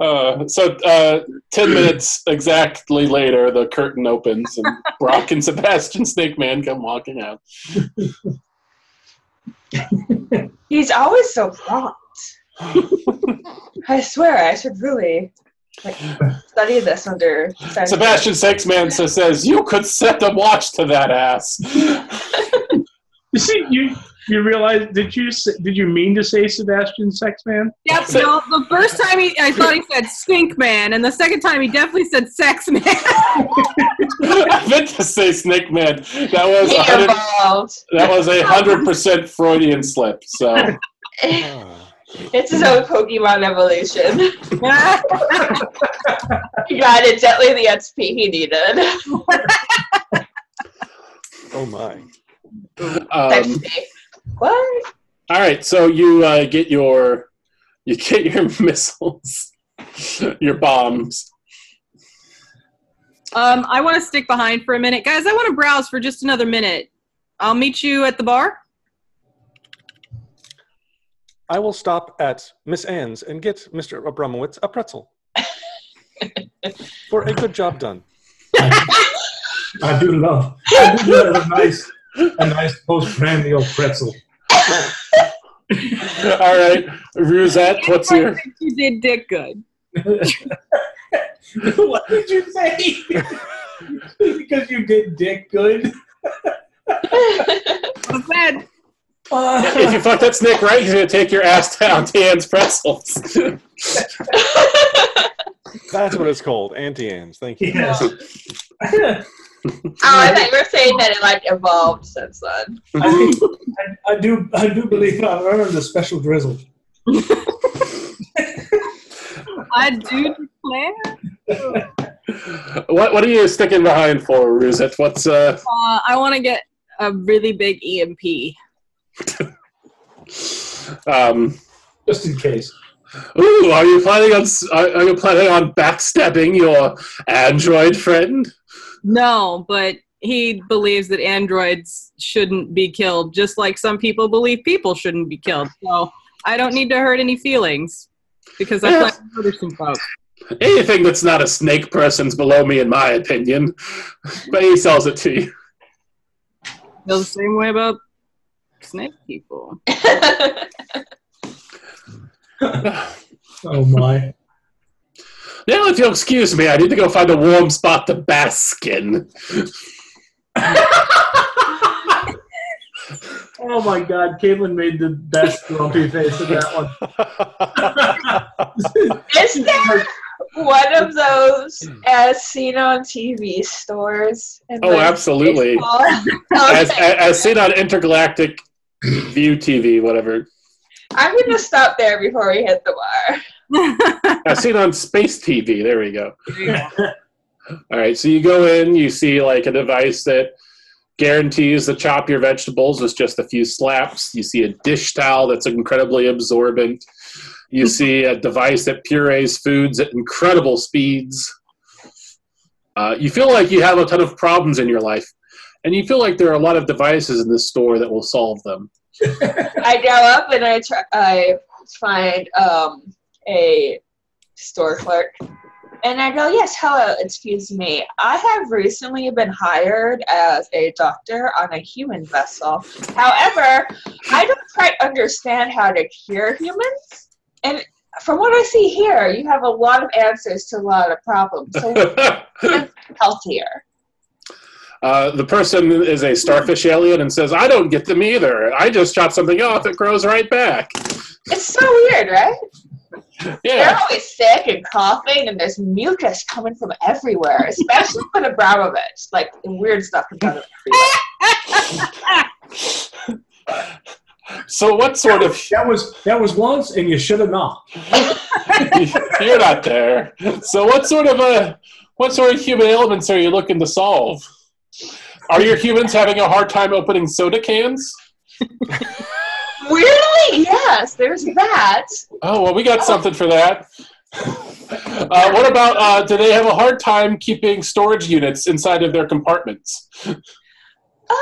Uh, so uh, ten minutes exactly later, the curtain opens and Brock and Sebastian Snake Man come walking out. He's always so prompt. I swear, I should really like, study this under. Sebastian Snake Man sa- says, "You could set a watch to that ass." You see, you you realize did you s- did you mean to say Sebastian Sexman? Yep. No, the first time he, I thought he said stink man, and the second time he definitely said sex man. I meant to say Snake Man. That was He a hundred. evolved. That was a hundred percent Freudian slip. So Ah. It's his own Pokemon evolution. he got exactly the XP he needed. Oh my. um, XP. what? All right, so you uh, get your you get your missiles, your bombs. um, I want to stick behind for a minute, guys. I want to browse for just another minute. I'll meet you at the bar. I will stop at Miss Ann's and get Mr. Abramowitz a pretzel. For a good job done. I do love. I do love a nice, a nice postprandial pretzel. All right, Rosette, what's I your think you did dick good. what did you say? because you did dick good. I said, if Uh, you fuck that snake right, he's gonna take your ass down to Ann's pretzels. That's what it's called. Auntie Ann's. Thank you. yes. Oh, I thought you were saying that it like evolved since then. I, think- I, I do. I do believe I've earned a special drizzle. I do declare. what what are you sticking behind for, Rosette? What's uh? Uh, I want to get a really big E EMP. Um, Just in case. ooh, are you planning on s- are, are you planning on backstabbing your android friend? No, but he believes that androids shouldn't be killed, just like some people believe people shouldn't be killed. So I don't need to hurt any feelings because I plan to murder some folks. Anything that's not a snake person's below me, in my opinion. But he sells it to you. Feel the same way about snake people. Oh my! Now, if you'll excuse me, I need to go find a warm spot to bask in. Oh my God! Caitlin made the best grumpy face of that one. Is there one of those as seen on TV stores? in Oh, the absolutely. baseball? As, okay. as, as seen on intergalactic view TV, whatever. I'm going to stop there before we hit the bar. As seen on space TV. There we go. All right, so you go in, you see like a device that guarantees to chop your vegetables with just a few slaps. You see a dish towel that's incredibly absorbent. You see a device that purees foods at incredible speeds. Uh, you feel like you have a ton of problems in your life, and you feel like there are a lot of devices in this store that will solve them. I go up and I try, I find um, a store clerk And I go, yes, hello, excuse me. I have recently been hired as a doctor on a human vessel. However, I don't quite understand how to cure humans. And from what I see here, you have a lot of answers to a lot of problems. So healthier. Uh, the person is a starfish alien and says, I don't get them either. I just chop something off, it grows right back. It's so weird, right? They're Yeah. always sick and coughing, and there's mucus coming from everywhere, especially with Abramovich. Like weird stuff comes out of everywhere. So, what sort of. That was that was once, and you should have not. You're not there. So, what sort of a. What sort of human ailments are you looking to solve? Are your humans having a hard time opening soda cans? Weirdly, yes, there's that. Oh well, we got something for that. Uh, what about uh, do they have a hard time keeping storage units inside of their compartments? Uh,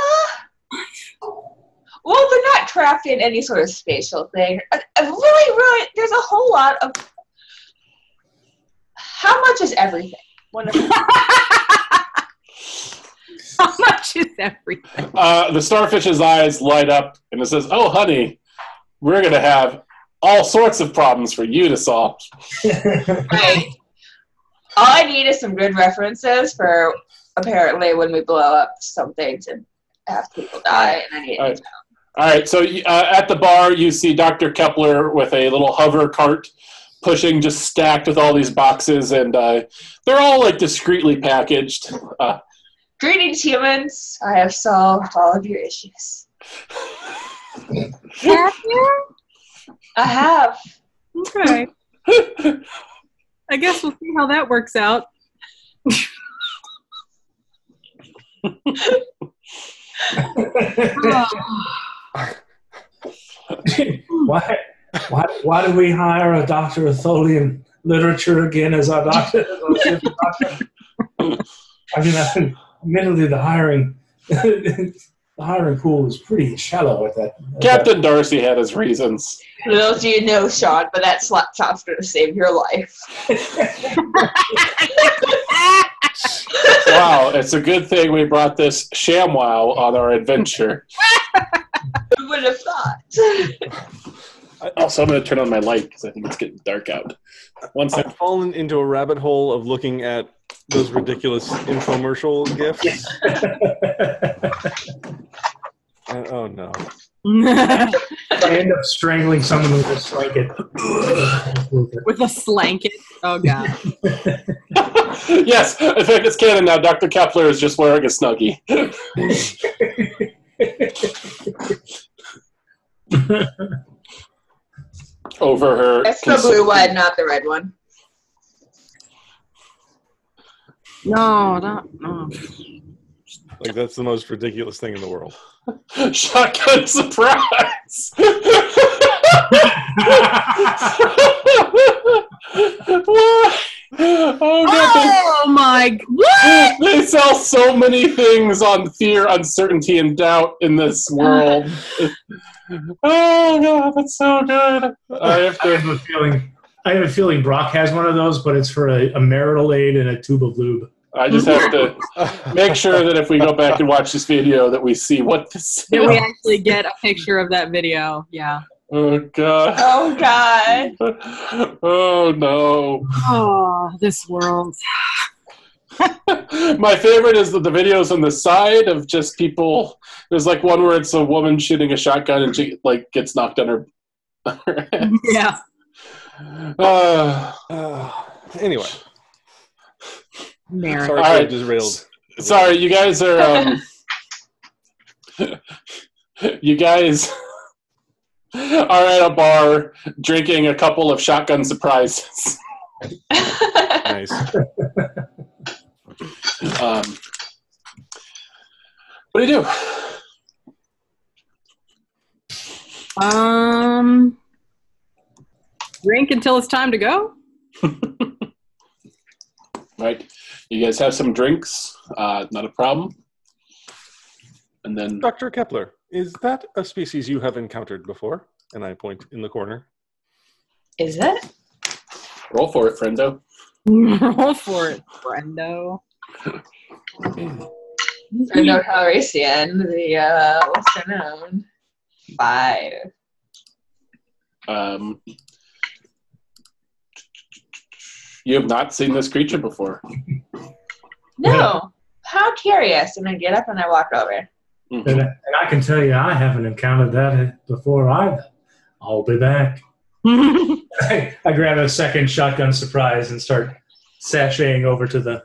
well, they're not trapped in any sort of spatial thing. I, I really, really, there's a whole lot of. How much is everything? When How much is everything? Uh, the starfish's eyes light up, and it says, "Oh, honey, we're gonna have all sorts of problems for you to solve." Right. All I need is some good references for apparently when we blow up some things and have people die, and I need All right. All right. So uh, at the bar, you see Dr. Kepler with a little hover cart pushing, just stacked with all these boxes, and uh, they're all like discreetly packaged. Uh, greetings, humans. I have solved all of your issues. Yeah. I have. Okay. I guess we'll see how that works out. why, why, why do we hire a Doctor of Tholian literature again as our doctor? I mean, I think, admittedly, the hiring, the hiring pool is pretty shallow at that. at that- Captain Darcy had his reasons. Little do you know, Sean, but that slap chop's going to save your life. Wow, it's a good thing we brought this ShamWow on our adventure. Who would have thought? Also, I'm going to turn on my light because I think it's getting dark out. One second. I've fallen into a rabbit hole of looking at those ridiculous infomercial gifts. Uh, oh no. With I end up strangling someone with a blanket. a slanket. Oh god. yes, in fact, it's canon now. Dr. Kepler is just wearing a snuggie. Over her. That's the blue one, not the red one. No, not no. Like that's the most ridiculous thing in the world. Shotgun surprise! Why? Oh, God, they- Oh my g- what? they sell so many things on fear, uncertainty, and doubt in this world. oh god, that's so good. I have I to. have a feeling. I have a feeling Brock has one of those, but it's for a, a marital aid and a tube of lube. I just have to make sure that if we go back and watch this video, that we see what this. Did we actually get a picture of that video? Yeah. Oh god. Oh, God. Oh no. Oh, this world. My favorite is the, the videos on the side of just people. There's like one where it's a woman shooting a shotgun and she like gets knocked on her. her head. Yeah. Uh, Uh, anyway, Mary. sorry, Alright. I derailed. Sorry, you guys are. Um, you guys are at a bar drinking a couple of shotgun surprises. Nice. Um, what do you do? Um drink until it's time to go? Right, you guys have some drinks. Uh, not a problem. And then Dr. Kepler, is that a species you have encountered before? And I point in the corner. Is it? roll for it, friendo. Roll for it, Brendo. Brendo Calrissian, the uh, also known five. Um, you have not seen this creature before. No, how curious! I'm gonna get up and I walk over. Mm-hmm. And, and I can tell you, I haven't encountered that before either. I'll be back. I grab a second shotgun surprise and start sashaying over to the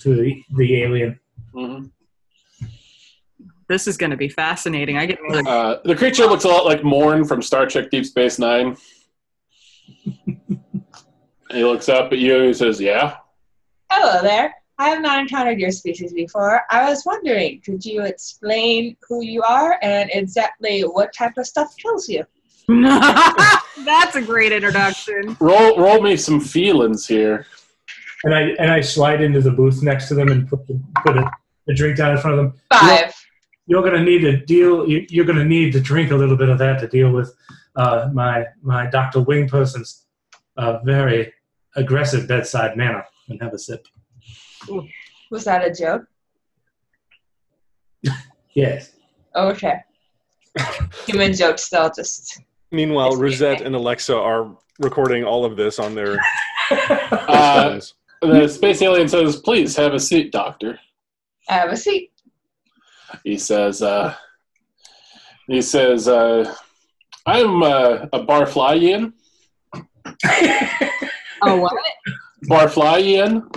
to the, the alien. Mhm. this is going to be fascinating. I get another Uh, the creature looks a lot like Morn from Star Trek Deep Space Nine. And he looks up at you and he says, Yeah. Hello there. I have not encountered your species before. I was wondering, could you explain who you are and exactly what type of stuff kills you? That's a great introduction. Roll roll me some feelings here. And I and I slide into the booth next to them and put the, put a, a drink down in front of them. Five. You're gonna need to deal. You, you're gonna need to drink a little bit of that to deal with uh, my my Doctor Wing person's uh, very aggressive bedside manner. And have a sip. Was that a joke? Yes. Okay. Human jokes, they'll just. Meanwhile, It's Rosette okay. and Alexa are recording all of this on their. Uh, the space alien says, Please have a seat, Doctor. I have a seat. He says, uh, He says, uh, I'm uh, a Barflyian. Oh, what? Barflyian.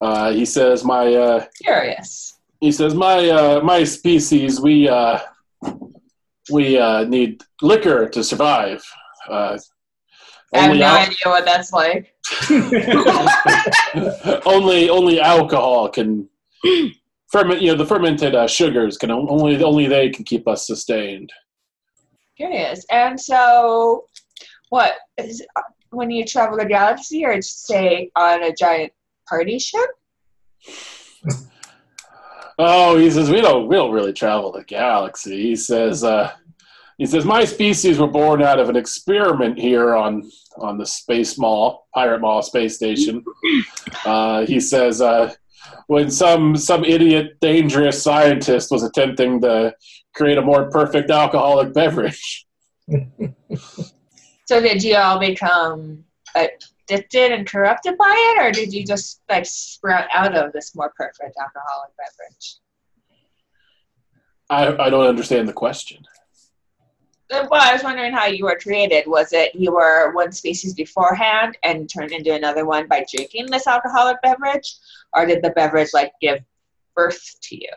Uh, he says, My. Uh, Curious. he says my uh, my species we uh, we uh, need liquor to survive uh, I have only, no al- idea what that's like. only only alcohol can ferment you know the fermented uh, sugars can on- only only they can keep us sustained Curious. And so, what is when you travel the galaxy or say on a giant party ship? oh he says we don't we don't really travel the galaxy he says uh, he says my species were born out of an experiment here on on the space mall pirate mall space station uh, he says uh, when some some idiot dangerous scientist was attempting to create a more perfect alcoholic beverage So, did you all become addicted and corrupted by it, or did you just like sprout out of this more perfect alcoholic beverage? i, I don't understand the question Uh, Well, I was wondering how you were created. Was it you were one species beforehand and turned into another one by drinking this alcoholic beverage, or did the beverage like give birth to you?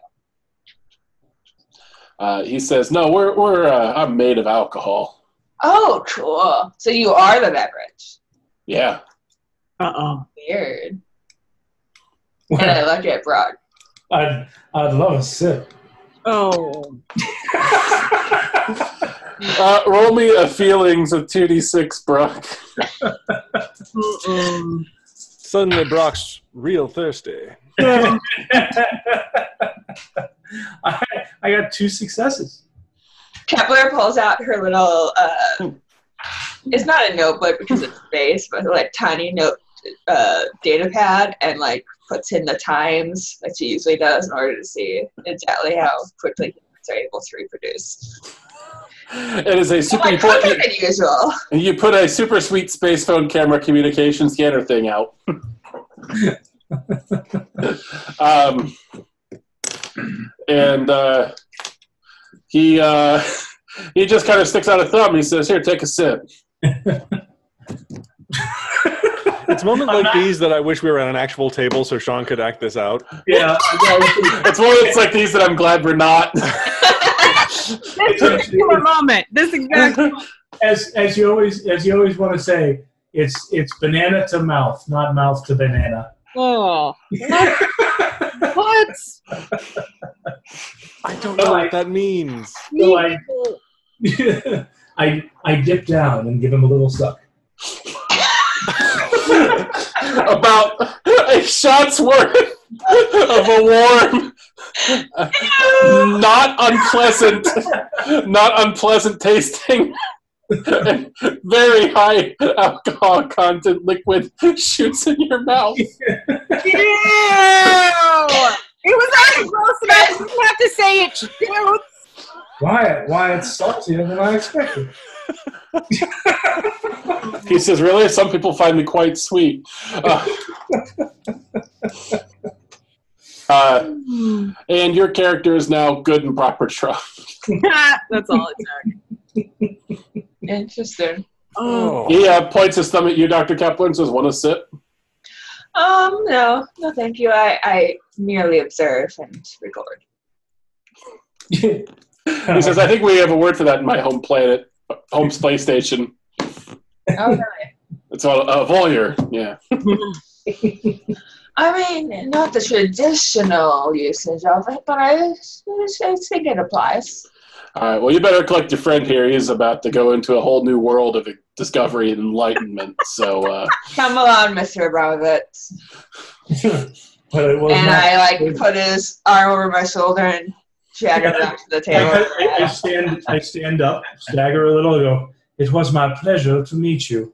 uh, he says no we're, we're uh, i'm made of alcohol Oh, cool. So you are the beverage. yeah Uh oh. Weird. And I look at Brock. I'd I'd love a sip. Oh. uh, roll me a feelings of 2d6 brock Mm-mm. Suddenly, Brock's real thirsty. I, I got two successes. Kepler pulls out her little. Uh, it's not a notebook because it's space, but like tiny note uh, data pad, and like puts in the times that she usually does in order to see exactly how quickly humans are able to reproduce. it is a So, super like quicker than usual. And you put a super sweet space phone camera communication scanner thing out. um, and uh, he uh, he just kind of sticks out a thumb. He says, "Here, take a sip." It's moments I'm like not- these that I wish we were at an actual table so Sean could act this out. Yeah, It's one of those like these that I'm glad we're not. This particular moment. This exact. as as you always as you always want to say, it's it's banana to mouth, not mouth to banana. Oh. What? I don't know what that means. So I, I I dip down and give him a little suck. About a shot's worth of a warm, not unpleasant, not unpleasant tasting Very high alcohol content liquid shoots in your mouth. Ew! It was already gross enough. You didn't have to say it shoots. Why? Why it's saltier than I expected. He says, "Really? Some people find me quite sweet." Uh, uh, and your character is now good and proper Trump. That's all it took. Interesting. Oh. He uh, points his thumb at you, Doctor Kepler, and says, "Want a sip?" Um, no, no, thank you. I, I merely observe and record. he He says, "I think we have a word for that in my home planet, home's PlayStation. Oh, really? It's a, a voyeur." Yeah. I mean, not the traditional usage of it, but I, I think it applies. All right. Well, you better collect your friend here. He's about to go into a whole new world of discovery and enlightenment. So, uh, Come along, Mr. Abramovitz. but it was And not- I like put his arm over my shoulder and drag him up to the I, table. I- I stand. I stand up, stagger a little, and go. It was my pleasure to meet you.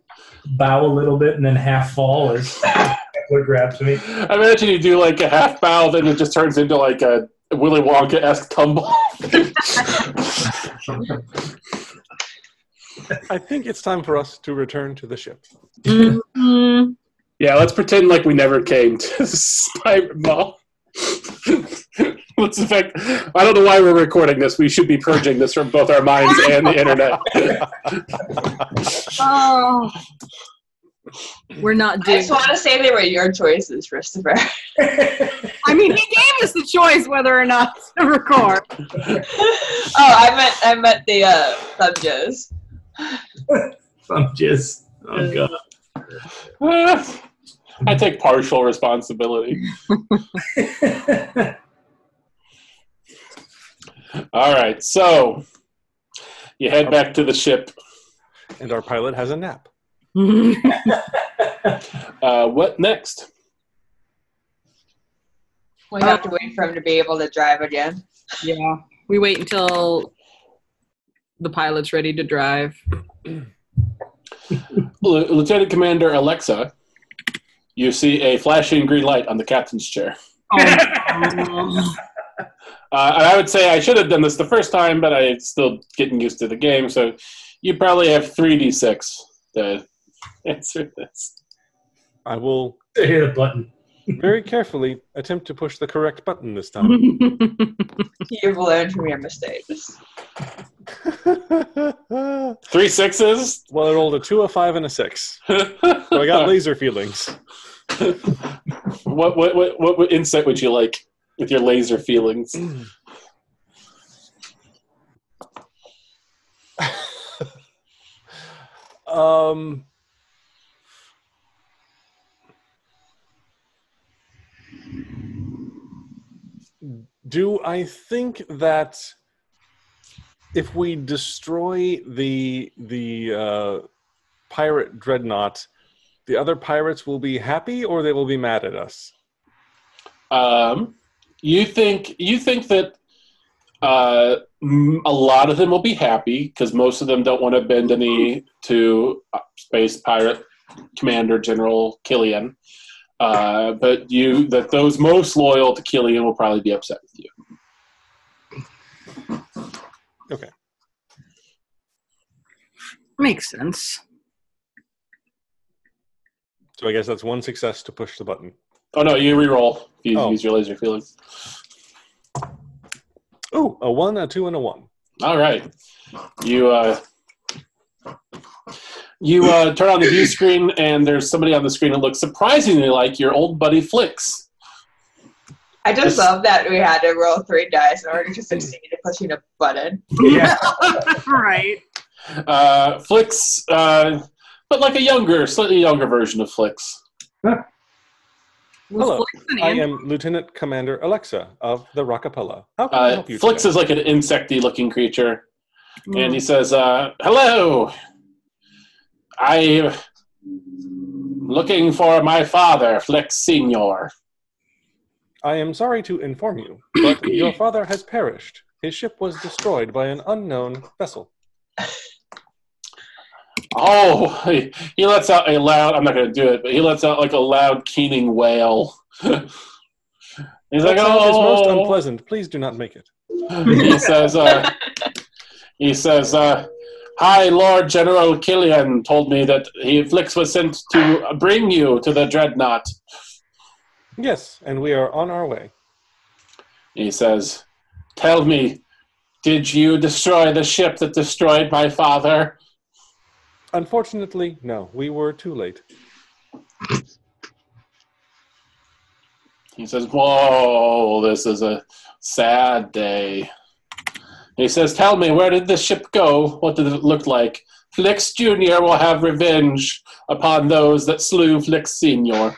Bow a little bit, and then half fall as Kepler grabs me. I imagine you do like a half bow, then it just turns into like a Willy Wonka esque tumble. I think it's time for us to return to the ship. Mhm. Yeah, let's pretend like we never came to this pirate mall. let's affect. I don't know why we're recording this. We should be purging this from both our minds and the internet. Oh. We're not I doing just want to say they were your choices, Christopher. I mean, he gave us the choice whether or not to record. oh, I meant I meant the uh, thumbs. I'm just. Oh god. I take partial responsibility. All right, so you head back to the ship. And our pilot has a nap. Uh, what next? We have to wait for him to be able to drive again. yeah. We wait until the pilot's ready to drive. L- Lieutenant Commander Alexa, you see a flashing green light on the captain's chair. Oh, Uh, and I would say I should have done this the first time, but I'm still getting used to the game, so you probably have 3d6 to answer this. I will Hit a button. very carefully attempt to push the correct button this time. no. You've learned from your mistakes. well, Three sixes? I rolled a two, a five, and a six. So I got laser feelings. what, what, what, what insight would you like with your laser feelings? Um, do I think that if we destroy the the uh, pirate dreadnought, the other pirates will be happy or they will be mad at us? Um, you think you think that uh, m- a lot of them will be happy because most of them don't want to bend a knee to uh, space pirate commander General Killian. Uh, but you that those most loyal to Killian will probably be upset with you. Makes sense. So I guess that's one success to push the button. Oh no, you reroll. You Oh. use your laser feeling. Oh, a one, a two, and a one. All right. You uh, you uh, turn on the view screen, and there's somebody on the screen that looks surprisingly like your old buddy Flicks. I Yes. just love that we had to roll three dice in order to succeed at pushing a button. Yeah. right. uh, Flicks, uh, but like a younger, slightly younger version of Flicks. Hello, Listen I in. am Lieutenant Commander Alexa of the Rockapella. How can I Uh, help you? Flicks today? is like an insecty looking creature, and Mm. he says, uh, "Hello, I'm looking for my father, Flicks Senior." I am sorry to inform you, but your father has perished. His ship was destroyed by an unknown vessel. Oh, he, he lets out a loud. I'm not going to do it, but he lets out like a loud keening wail. He's like, That sound is most oh. unpleasant. Please do not make it. He says, uh, he says, uh, hi, Lord General Killian told me that he Flix was sent to bring you to the dreadnought. Yes, and we are on our way. He says, tell me, did you destroy the ship that destroyed my father? Unfortunately, no, we were too late. He says, Whoa, this is a sad day. He says, Tell me, where did the ship go? What did it look like? Flix Jr. will have revenge upon those that slew Flix Sr.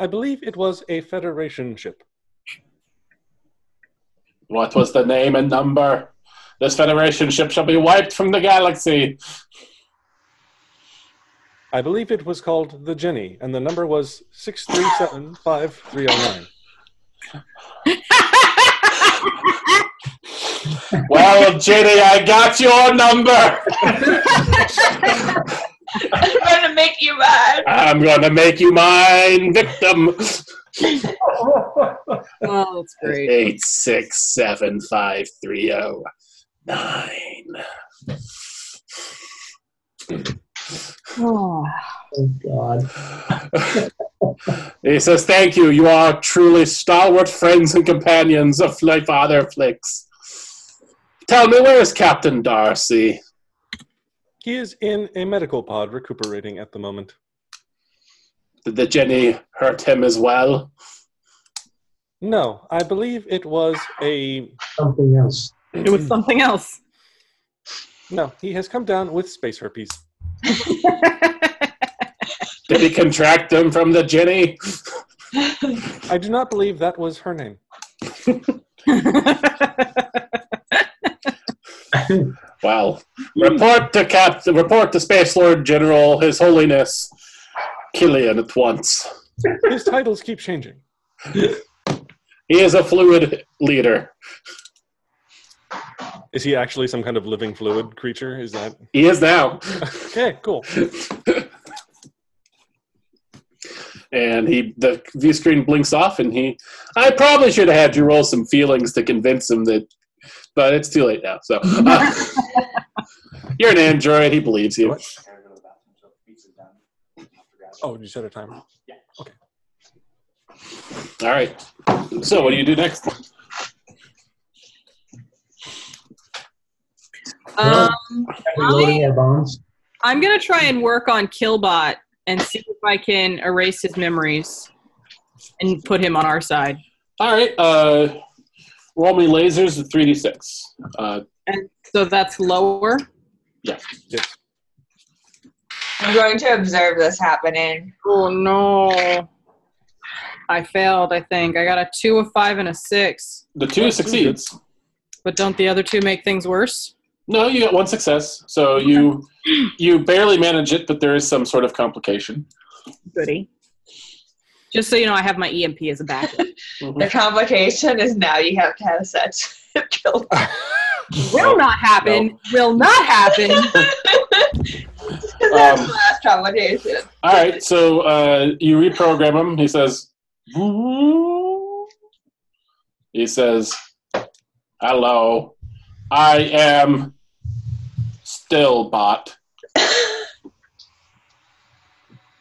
I believe it was a Federation ship. What was the name and number? This Federation ship shall be wiped from the galaxy. I believe it was called the Jenny, and the number was six three seven five three zero nine. Well, Jenny, I got your number. I'm gonna make you mad. I'm going to make you mine victim. Oh, that's great. Eight six seven five three zero nine. Oh. oh God. he says, "Thank you. You are truly stalwart friends and companions of my father, Flix. Tell me, where is Captain Darcy? He is in a medical pod recuperating at the moment. Did the Jenny hurt him as well? No, I believe it was a Something else. It was something else. no. He has come down with space herpes. Did he contract them from the Jenny? I do not believe that was her name. Well, Hmm. report to Cap. Report to Space Lord General, His Holiness Killian, at once. His titles keep changing. He is a fluid leader. Is he actually some kind of living fluid creature? Is that He is now." okay? Cool. and he the view screen blinks off and he i probably should have had you roll some feelings to convince him that but it's too late now so uh, you're an android he believes you What? Oh, did you set a timer? all right so what do you do next Um, Are we loading our bombs? I'm gonna try and work on Killbot and see if I can erase his memories and put him on our side. all right uh roll me lasers at 3d6 uh And so that's lower. I'm going to observe this happening. Oh no. I failed, I think. I got a two, a five, and a six. the two succeeds But don't the other two make things worse? no you got one success so you you barely manage it but there is some sort of complication Goody. Just so you know, I have my EMP as a backup. The complication is now you have to have sex. Kill. will not happen. Will not happen. That's the Um, last complication. All right, so uh, you reprogram him. He says, he says, hello, I am still bot.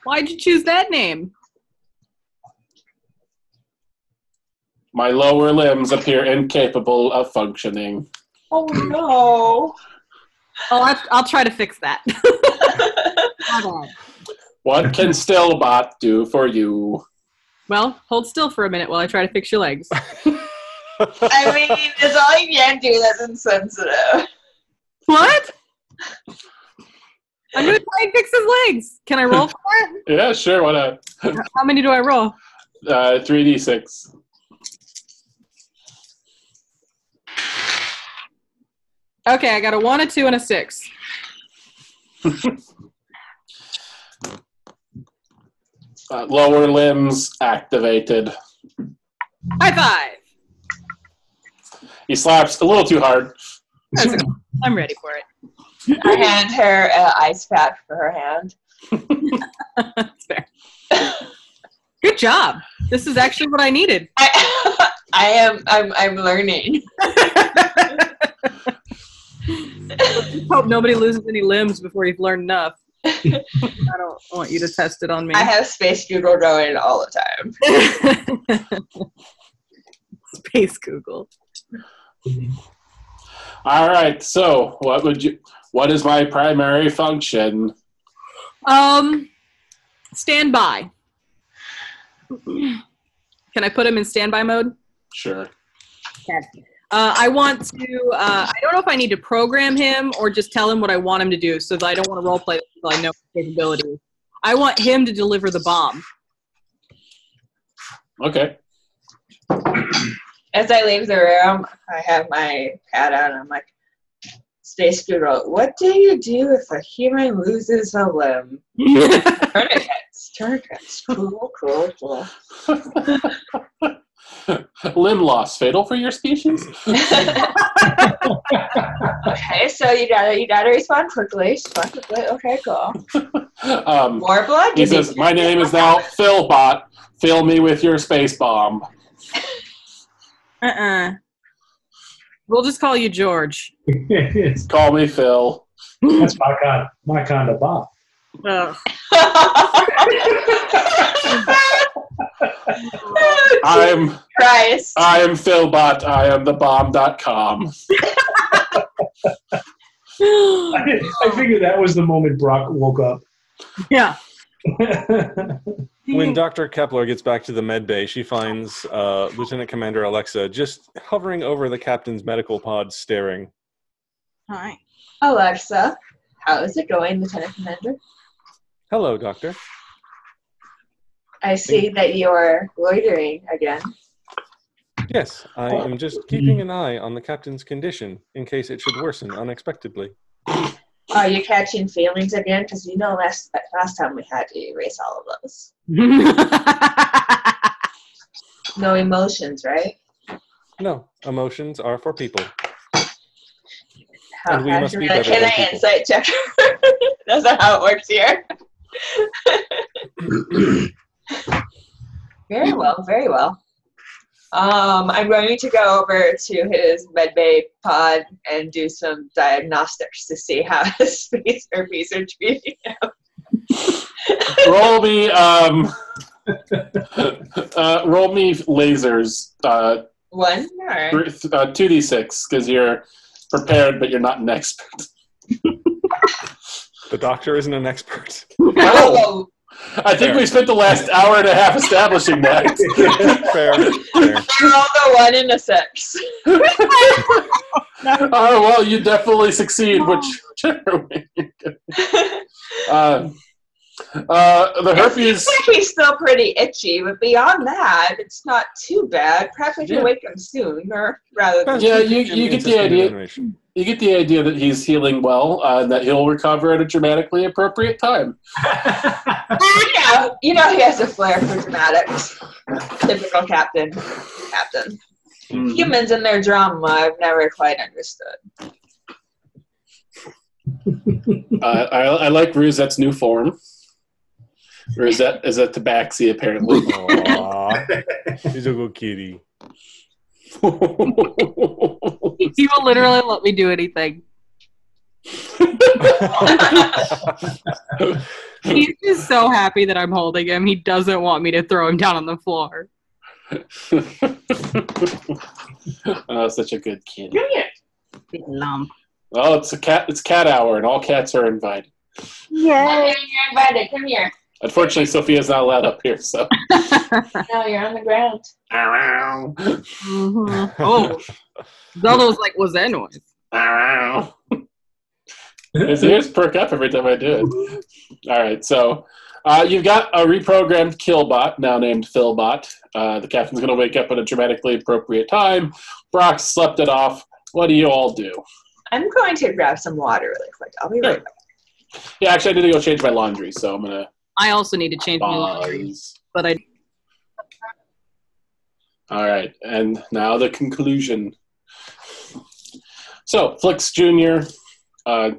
Why'd you choose that name? My lower limbs appear incapable of functioning. Oh no. Oh, I'll, I'll try to fix that. My bad. What can still bot do for you? Well, hold still for a minute while I try to fix your legs. I mean, it's all you can do that's insensitive. What? I'm gonna try and fix his legs. Can I roll for it? Yeah, sure, why not? How many do I roll? Uh, 3d6. Okay, I got a one, a two, and a six. Uh, lower limbs activated. High five. He slaps a little too hard. That's okay. I'm ready for it. I hand her an ice pack for her hand. That's fair. Good job. This is actually what I needed. I, I am. I'm. I'm learning. Hope nobody loses any limbs before you've learned enough. I don't want you to test it on me. I have space doodle drawing all the time. Space Google. All right. So, what would you? What is my primary function? Um, stand by. Can I put him in standby mode? Sure. Uh, I want to. Uh, I don't know if I need to program him or just tell him what I want him to do, so that I don't want to role play until I know his capability. I want him to deliver the bomb. Okay. As I leave the room, I have my pad out. and I'm like, Space Doodle, what do you do if a human loses a limb? Tourniquets, tourniquets, cool, cool, cool. Limb loss fatal for your species? okay, so you gotta you gotta respond quickly. Respond quickly. Okay, cool. Um, More blood. he says, "My name is now Philbot. Fill me with your space bomb." Uh uh-uh. uh. we will just call you George. That's Call me Phil. my kind, my kind of bot. Ugh. I'm Christ. I am Philbot. I am the bomb.com. I, I figured that was the moment Brock woke up. yeah. When Dr. Kepler gets back to the med bay, she finds uh, Lieutenant Commander Alexa just hovering over the captain's medical pod, staring. All right. Alexa, how is it going, Lieutenant Commander? Hello, Doctor. I see that you are loitering again. Yes, I am just keeping an eye on the captain's condition in case it should worsen unexpectedly. Are you catching feelings again? Because you know last last time we had to erase all of those. No emotions, right? No, emotions are for people. How, And we how must should be I- better can than I people. insight check? That's not how it works here. very well, very well. Um, I'm going to go over to his medbay pod and do some diagnostics to see how his space herpes are treating him. Roll me um uh, roll me lasers uh, One, all right. three- uh 2d6 cuz you're prepared but you're not an expert. The doctor isn't an expert. Oh. I think we spent the last hour and a half establishing that. fair, fair. I rolled a one and a six. Oh well, you definitely succeed which whichever way. Uh, uh, the herpes He's still pretty itchy, but beyond that, it's not too bad. Probably Yeah. can wake him soon, or rather than Yeah, you- you get the idea. you get the idea that he's healing well uh, and that he'll recover at a dramatically appropriate time. you know, you know he has a flair for dramatics. Typical captain. Captain. Humans and their drama, I've never quite understood. Uh, I, I like Ruzette's new form. Or is that is that Tabaxi apparently? Aww. She's a good kitty. He will literally let me do anything. He's just so happy that I'm holding him. He doesn't want me to throw him down on the floor. oh, such a good kid. Big lump. Oh, it's a cat. It's cat hour, and all cats are invited. Hey, you're invited. Come here. Unfortunately, Sophia's not allowed up here, so. No, you're on the ground. Mhm. Oh, Zelda was like, "Was that noise?" His ears perk up every time I do it. All right, so uh, you've got a reprogrammed killbot now named Philbot. Uh, the captain's going to wake up at a dramatically appropriate time. Brock slept it off. What do you all do? I'm going to grab some water really quick. I'll be right back. Yeah, actually, I need to go change my laundry, so I'm going I also need to to change my laundry, pause. but I All right, and now the conclusion. So, Flix Jr. Uh,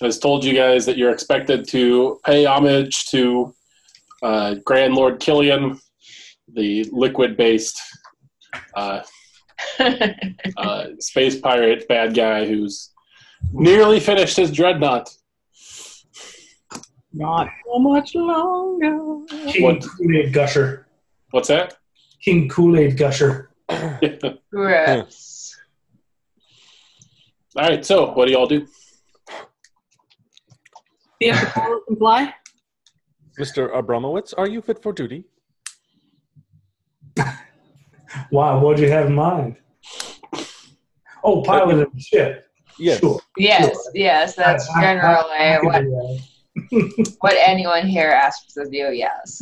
has told you guys that you're expected to pay homage to uh, Grand Lord Killian, the liquid based uh, uh, space pirate bad guy who's nearly finished his dreadnought. Not so much longer. King What? Kool Aid Gusher. What's that? King Kool Aid Gusher. Gross. All right, so what do y'all do? Yeah. Comply? Mr. Abramowitz, are you fit for duty? Wow, what'd you have in mind? Oh, pilot of the ship. Yes. Sure. Yes, yes, that's I- I- I- I generally can what, do that. what anyone here asks of you, yes.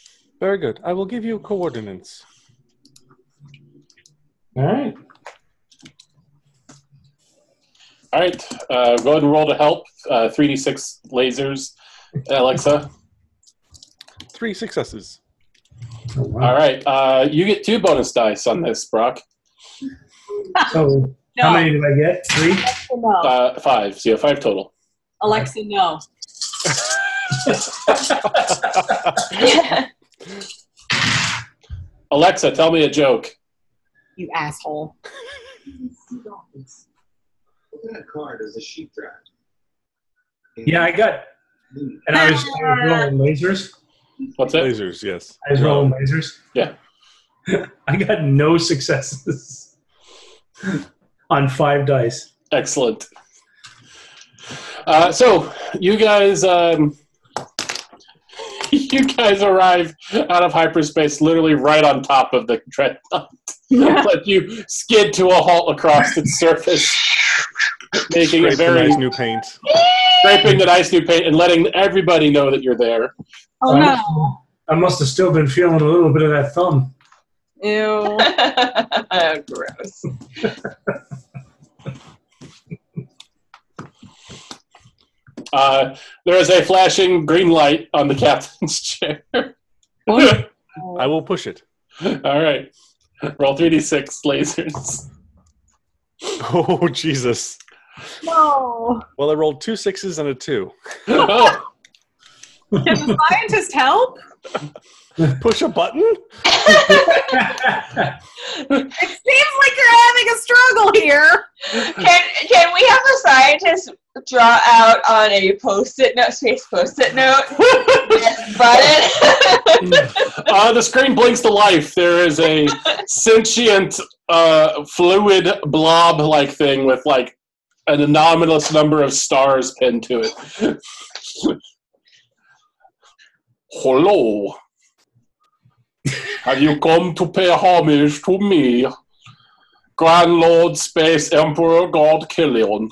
Very good. I will give you coordinates. All right. All right, uh, go ahead and roll to help. Uh, 3d6 lasers, Alexa. Three successes. Oh, wow. All right, uh, you get two bonus dice on this, Brock. So, No, how many did I get? Three? Alexa, no. Uh, five, so you have five total. Alexa, no. Alexa, tell me a joke. You asshole. What kind of car does a sheep drive? Yeah, I got. And I was, I was rolling lasers. What's it? Lasers, yes. I was rolling lasers. Yeah. I got no successes on five dice. Excellent. Uh, so you guys, um, you guys arrive out of hyperspace literally right on top of the dreadnought. like you skid to a halt across its surface, making a Great for very nice new paint. scraping the nice new paint and letting everybody know that you're there. Oh no. I must have still been feeling a little bit of that thumb. Ew. Gross. Uh, there is a flashing green light on the captain's chair. I will push it. All right, roll three d six lasers. Oh, Jesus. No. Well, I rolled two sixes and a two. oh. Can the scientist help? Push a button? It seems like you're having a struggle here. Can can we have the scientist draw out on a post-it note, space post-it note, this button? Uh, the screen blinks to life. There is a sentient uh, fluid blob like thing with like an anonymous number of stars pinned to it. Hello. Have you come to pay homage to me, Grand Lord Space Emperor God Killion?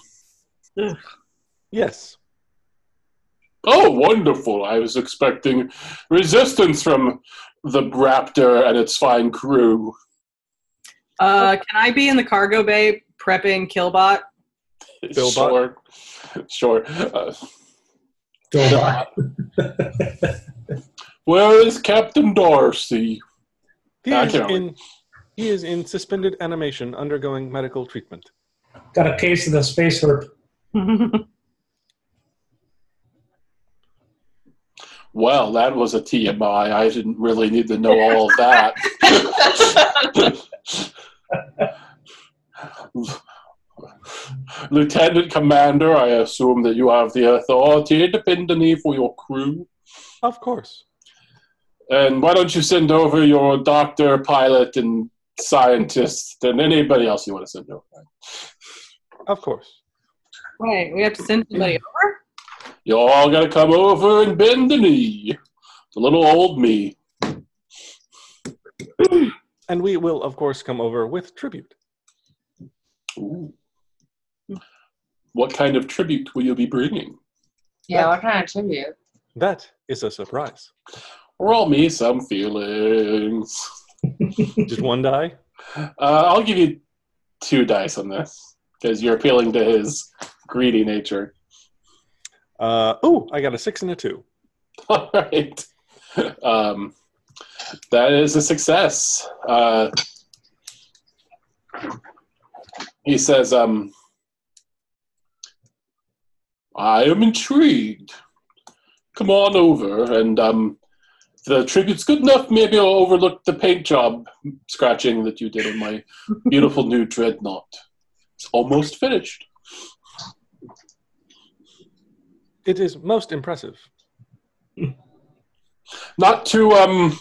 Yes. Oh, wonderful. I was expecting resistance from the Raptor and its fine crew. Uh, can I be in the cargo bay prepping Killbot? Philbot? Sure. Sure. Uh, Don't lie. where is Captain Darcy? He I is, can't in, he is in suspended animation undergoing medical treatment. Got a case of the space herp. Well, that was a TMI. I didn't really need to know all of that. Lieutenant Commander, I assume that you have the authority independently for your crew. Of course. And why don't you send over your doctor, pilot, and scientist, and anybody else you want to send over? Of course. Wait, we have to send somebody over? You're all gonna come over and bend the knee. The little old me. And we will, of course, come over with tribute. Ooh. What kind of tribute will you be bringing? yeah, what kind of tribute? That is a surprise. Roll me some feelings. Just one die? Uh, I'll give you two dice on this because you're appealing to his greedy nature. Uh, oh, I got a six and a two. All right. Um, that is a success. Uh, He says, um, I am intrigued. Come on over, and um, if the tribute's good enough. Maybe I'll overlook the paint job scratching that you did on my beautiful new dreadnought. It's almost finished. It is most impressive. Not too, um,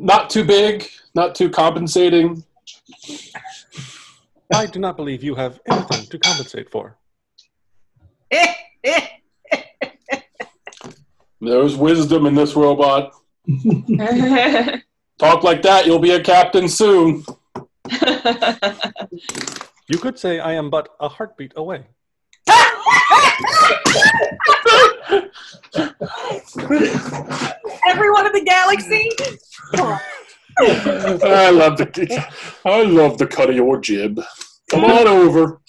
not too big, not too compensating. I do not believe you have anything to compensate for. There's wisdom in this robot. Talk like that, you'll be a captain soon. You could say I am but a heartbeat away. Everyone in the galaxy? I love the, I love the cut of your jib. Come on over.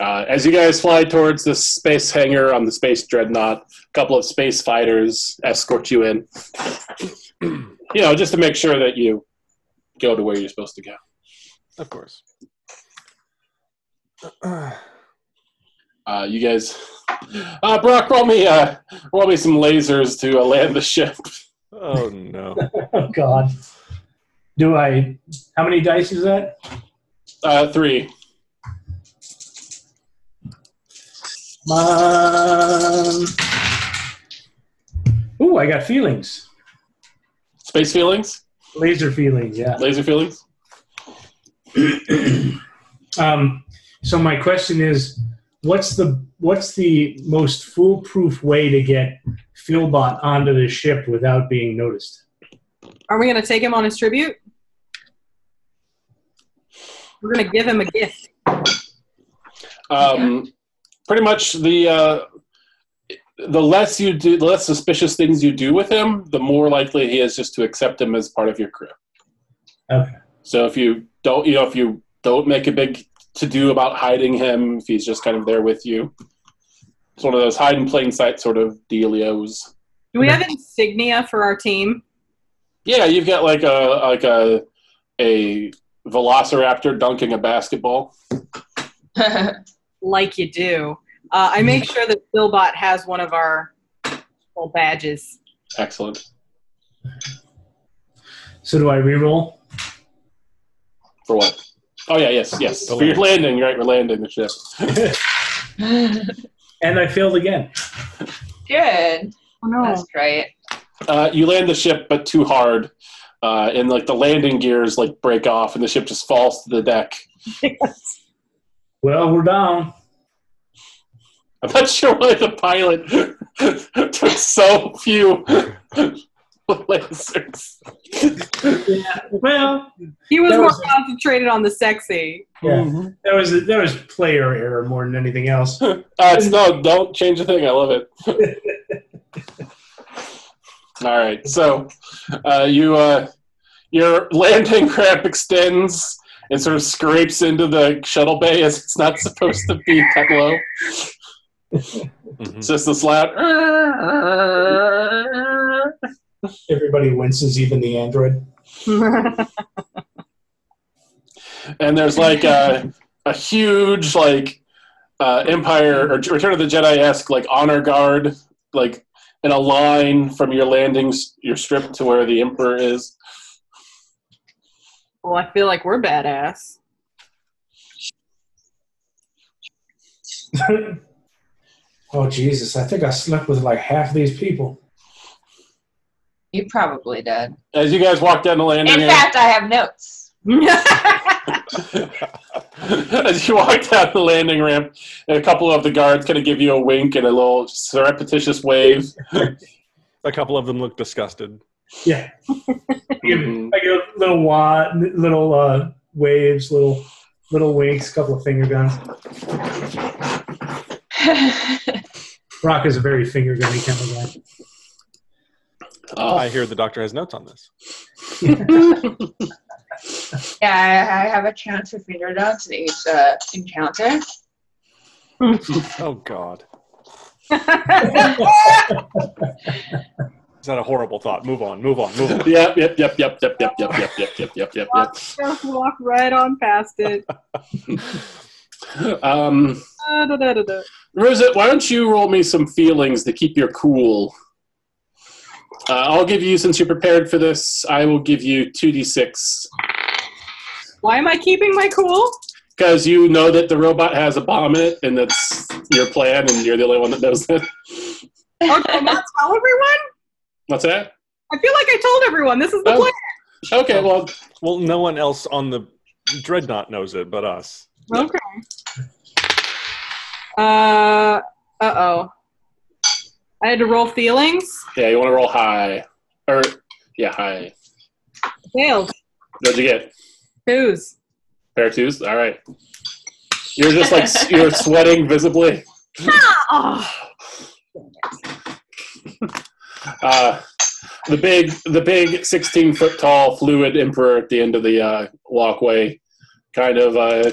Uh, as you guys fly towards this space hangar on the space dreadnought, a couple of space fighters escort you in. you know, just to make sure that you go to where you're supposed to go. Of course. Uh, you guys, uh, Brock, roll me, uh, roll me some lasers to uh, land the ship. Oh no. Oh God. Do I? How many dice is that? Uh, three. Um, ooh, I got feelings. Space feelings? Laser feelings. Yeah. Laser feelings? Um, so my question is, what's the what's the most foolproof way to get Philbot onto the ship without being noticed? Are we going to take him on his tribute? We're going to give him a gift. um, pretty much the uh, the less you do, the less suspicious things you do with him, the more likely he is just to accept him as part of your crew. Okay. So if you don't, you know, if you don't make a big to do about hiding him, if he's just kind of there with you, it's one of those hide in plain sight sort of dealios. Do we have insignia for our team? Yeah, you've got like a like a a velociraptor dunking a basketball. Like you do. Uh, I make sure that Philbot has one of our little badges. Excellent. So do I reroll? For what? Oh yeah, yes, yes. The For your landing, right? We're landing the ship. And I failed again. Good. Oh no. That's great. Uh, you land the ship, but too hard, uh, and like the landing gears like break off, and the ship just falls to the deck. Well, we're down. I'm not sure why the pilot took so few lasers. Well, He was That more was- concentrated on the sexy. hmm. yeah, that was that was player error more than anything else. Uh, it's- no, don't change a thing. I love it. All right, so uh, you uh, your landing crap extends and sort of scrapes into the shuttle bay as it's not supposed to be that low. Mm-hmm. It's just this loud. Everybody winces, even the android. and there's like a, a huge like uh, Empire or Return of the Jedi esque like honor guard like in a line from your landings your strip to where the Emperor is. Well, I feel like we're badass. oh Jesus! I think I slept with like half these people. You probably did. As you guys walk down the landing, In area, fact, I have notes. as you walk down the landing ramp, a couple of the guards kind of give you a wink and a little surreptitious wave. A couple of them look disgusted. Yeah, Mhm. like a little wa- little uh, waves, little little winks, couple of finger guns. Rock is a very finger gunny kind of guy. Uh, I hear the doctor has notes on this. Yeah, I, I have a chance to figure it out today's uh, encounter. Oh God. It's not a horrible thought. Move on. Move on. Move on. Yep, yep, yep, yep, yep, yep, yep, yep, yep, yep, yep, yep, yep. Just walk right on past it. Um, Da, da, da, da, da. Rosa, why don't you roll me some feelings to keep your cool? Uh, I'll give you, since you're prepared for this, I will give you 2d6 Why am I keeping my cool? because you know that the robot has a bomb in it, and that's your plan, and you're the only one that knows that. Oh, did I not tell everyone? What's that? I feel like I told everyone. This is the Oh. plan. Okay, well, Well, no one else on the dreadnought knows it but us. Okay. Uh uh oh. I had to roll feelings. yeah, you want to roll high. Or, yeah, high. Failed. What'd you get? Who's? Pair of twos? All right. You're just like, s- you're sweating visibly. Oh, Uh, the big, the big, sixteen foot tall fluid emperor at the end of the uh, walkway, kind of uh,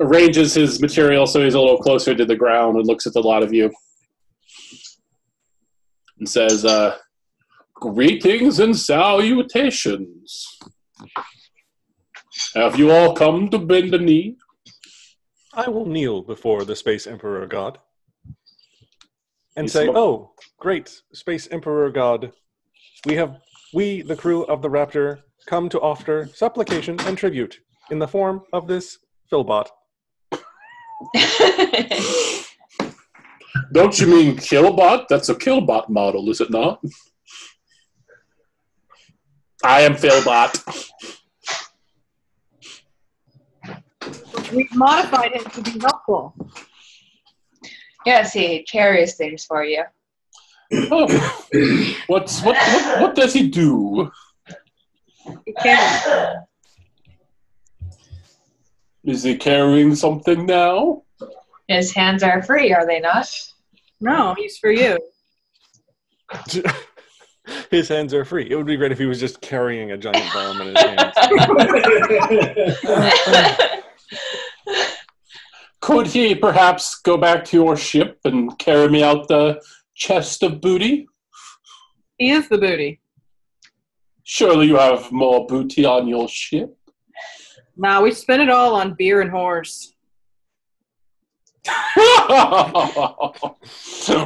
arranges his material so he's a little closer to the ground and looks at the lot of you, and says, uh, "Greetings and salutations. Have you all come to bend the knee? I will kneel before the Space Emperor God and You say, smoke- "Oh, great Space Emperor God, we have we the crew of the Raptor come to offer supplication and tribute in the form of this philbot." Don't you mean Killbot? That's a Killbot model, is it not?" I am Philbot. we modified him to be helpful. yes, he carries things for you. Oh, what's what, what? What does he do? He can't. Is he carrying something now? His hands are free, are they not? No, he's for you. His hands are free. It would be great if he was just carrying a giant bomb in his hands. Could he perhaps go back to your ship and carry me out the chest of booty? He is the booty. Surely you have more booty on your ship. Nah, we spent it all on beer and whores.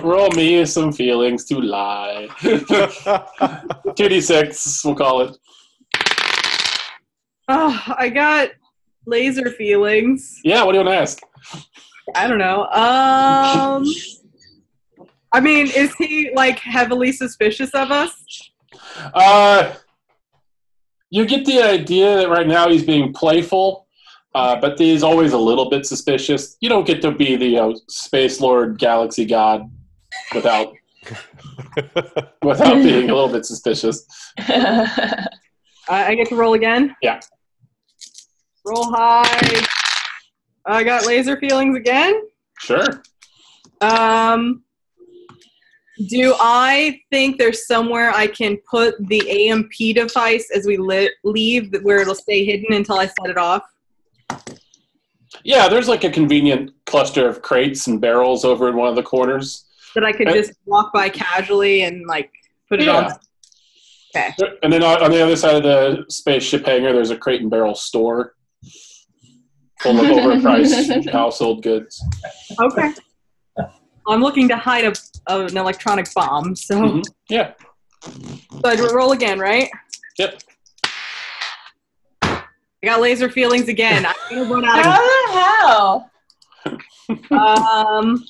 Roll me some feelings to lie. Kitty six, we'll call it. Oh, I got laser feelings. Yeah, what do you want to ask? I don't know. Um, I mean, is he like heavily suspicious of us? Uh, you get the idea that right now he's being playful, uh, but he's always a little bit suspicious. You don't get to be the you know, space lord, galaxy god, without without being a little bit suspicious. I, I get to roll again. Yeah. Roll high. I got laser feelings again. Sure. Um, do I think there's somewhere I can put the AMP device as we li- leave that- where it'll stay hidden until I set it off? Yeah, there's like a convenient cluster of crates and barrels over in one of the corners. That I could Uh, just walk by casually and like put it Yeah. And then on on the other side of the spaceship hangar, there's a crate and barrel store full of overpriced household goods. on? Okay. I'm looking to hide a, a- an electronic bomb, so, Mhm. Yeah. so I do a roll again, right? Yep. I got laser feelings again. I'm gonna run out of How the hell? Um,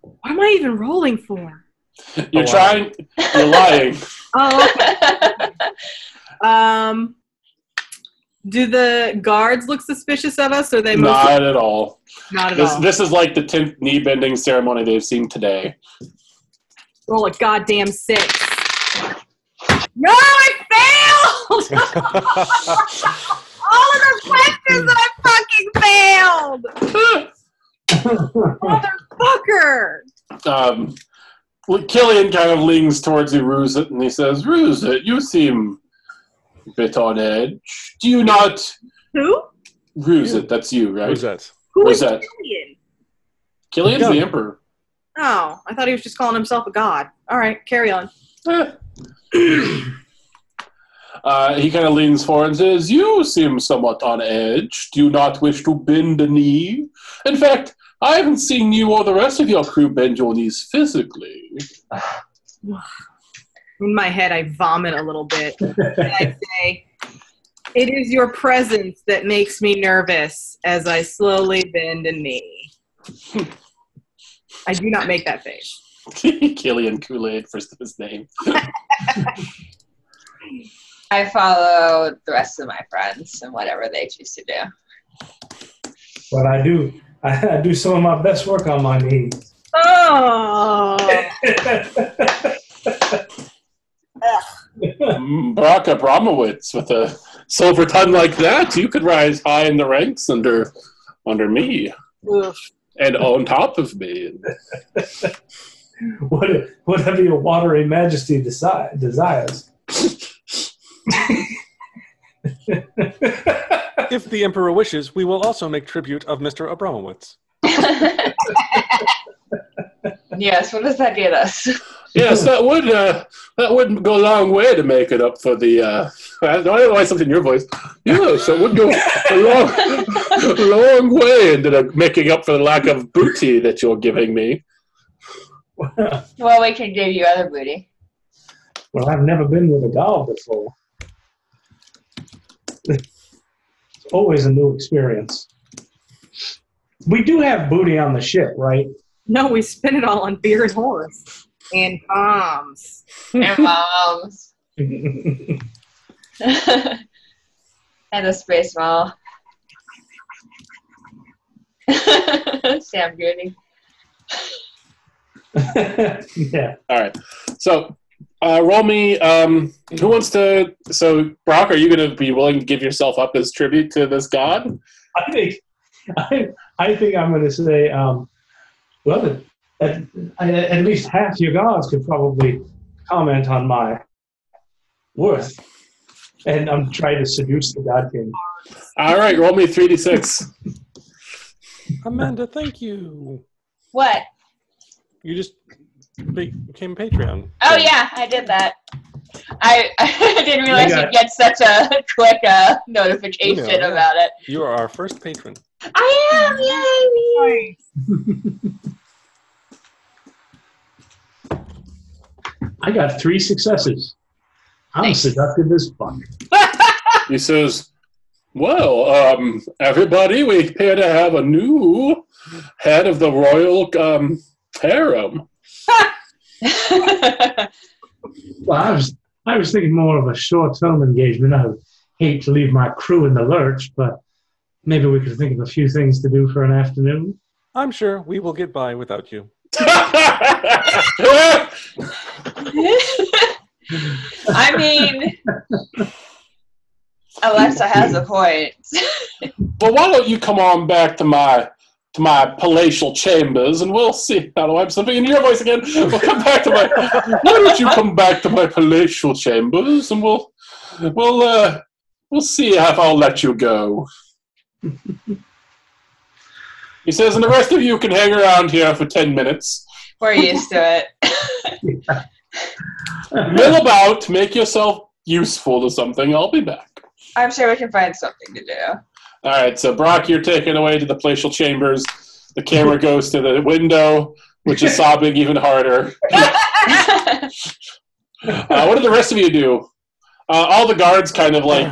what am I even rolling for? You're Oh, wow. trying. You're lying. Oh, um, do the guards look suspicious of us, or they mostly Not at all. not at This all? this is like the tenth knee bending ceremony they've seen today. Roll a goddamn six. No, I failed. all of the questions that I fucking failed. Motherfucker. Um, look, Killian kind of leans towards you, Ruzet, and he says, "Ruzet, you seem a bit on edge. Do you not, Who? Ruzet? That's you, right? Who's that? Who is Rosette. Killian? Killian's Yeah. the emperor. Oh, I thought he was just calling himself a god. All right, carry on. Uh, he kind of leans forward and says, You seem somewhat on edge. Do you not wish to bend a knee? In fact, I haven't seen you or the rest of your crew bend your knees physically. In my head, I vomit a little bit. and I say, It is your presence that makes me nervous as I slowly bend a knee. I do not make that face. Killian Kool Aid, first of his name. I follow the rest of my friends and whatever they choose to do. But I do, I, I do some of my best work on my knees. Oh, Mm, Barack Abramowitz with a silver tongue like that, you could rise high in the ranks under under me oof. and on top of me. what, whatever your watery majesty desi- desires. If the Emperor wishes, we will also make tribute of Mr. Abramowitz. yes, what does that get us? Yes, that would uh, that would go a long way to make it up for the. Uh, I don't know why something in your voice. Yes, that would go a long, long way into the making up for the lack of booty that you're giving me. Well, we can give you other booty. Well, I've never been with a doll before. It's always a new experience. We do have booty on the ship, right? No, we spent it all on beer and horse and bombs. And moms. and a space mall. Sam Goody. yeah. All right, so uh, roll me. Um, who wants to? So, Brock, are you going to be willing to give yourself up as tribute to this god? I think I, I think I'm going to say, um, well, at, at, at least half your guards could probably comment on my worth. And I'm trying to seduce the god king. All right, roll me three d six. Amanda, thank you. What? You just be- became Patreon. Oh yeah, I did that. I, I didn't realize you'd got get such a quick uh, notification Yeah. about it. You are our first patron. I am, yay! I got three successes. I'm seductive as fuck. He says, "Well, um, everybody, we appear to have a new head of the royal um, harem." Well, I was I was thinking more of a short term engagement. I would hate to leave my crew in the lurch, but maybe we could think of a few things to do for an afternoon. I'm sure we will get by without you. I mean, Alexa has a point. well, why don't you come on back to my to my palatial chambers, and we'll see. Now, do I have something in your voice again? We'll come back to my. Why don't you come back to my palatial chambers, and we'll we'll uh, we'll see if I'll let you go. He says, and the rest of you can hang around here for ten minutes. We're used to it. mill about, make yourself useful to something. I'll be back. I'm sure we can find something to do. All right, so Brock, you're taken away to the palatial chambers. The camera goes to the window, which is sobbing even harder. Uh, what do the rest of you do? Uh, all the guards kind of like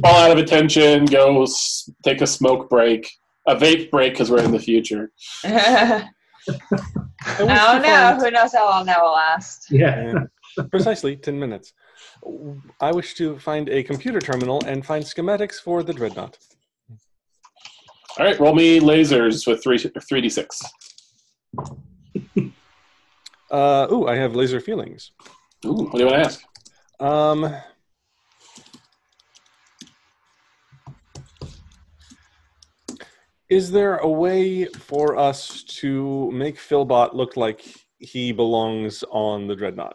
fall out of attention, go s- take a smoke break, a vape break because we're in the future. I don't know. Who knows how long that will last? Yeah. Precisely 10 minutes. I wish to find a computer terminal and find schematics for the Dreadnought. All right, roll me lasers with three three d six. Uh, ooh, I have laser feelings. Ooh, what do you want to ask? Um, is there a way for us to make Philbot look like he belongs on the Dreadnought?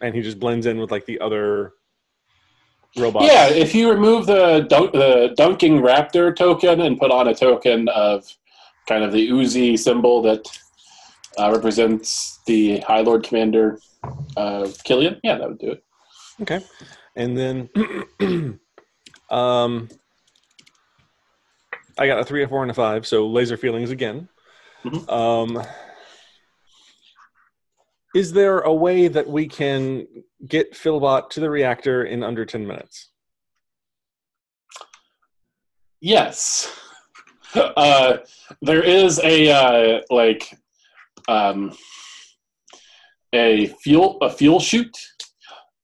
And he just blends in with like the other robots. Yeah, if you remove the dunk, the dunking raptor token and put on a token of kind of the Uzi symbol that uh, represents the High Lord Commander uh, Killian. Yeah, that would do it. Okay. And then um, I got a three, a four, and a five, so laser feelings again. Mhm. Um, is there a way that we can get Philbot to the reactor in under 10 minutes? Yes. Uh, there is a uh, like um, a fuel a fuel chute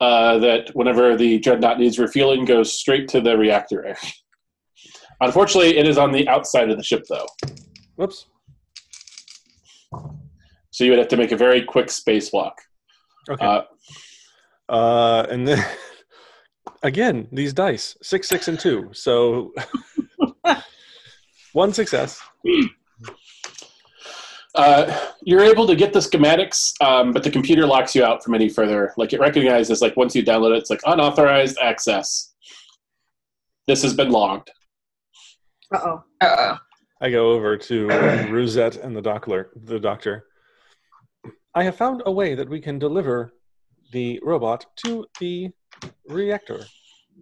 uh, that whenever the dreadnought needs refueling goes straight to the reactor area. Unfortunately, it is on the outside of the ship though, Whoops. so you would have to make a very quick spacewalk. Okay. Uh, Uh, and then again, these dice six, six, and two. So one success. Uh, you're able to get the schematics, um, but the computer locks you out from any further. Like it recognizes, like once you download it, it's like unauthorized access. This has been logged. Uh oh. Uh, I go over to Rosette and the doctor. The doctor. I have found a way that we can deliver the robot to the reactor.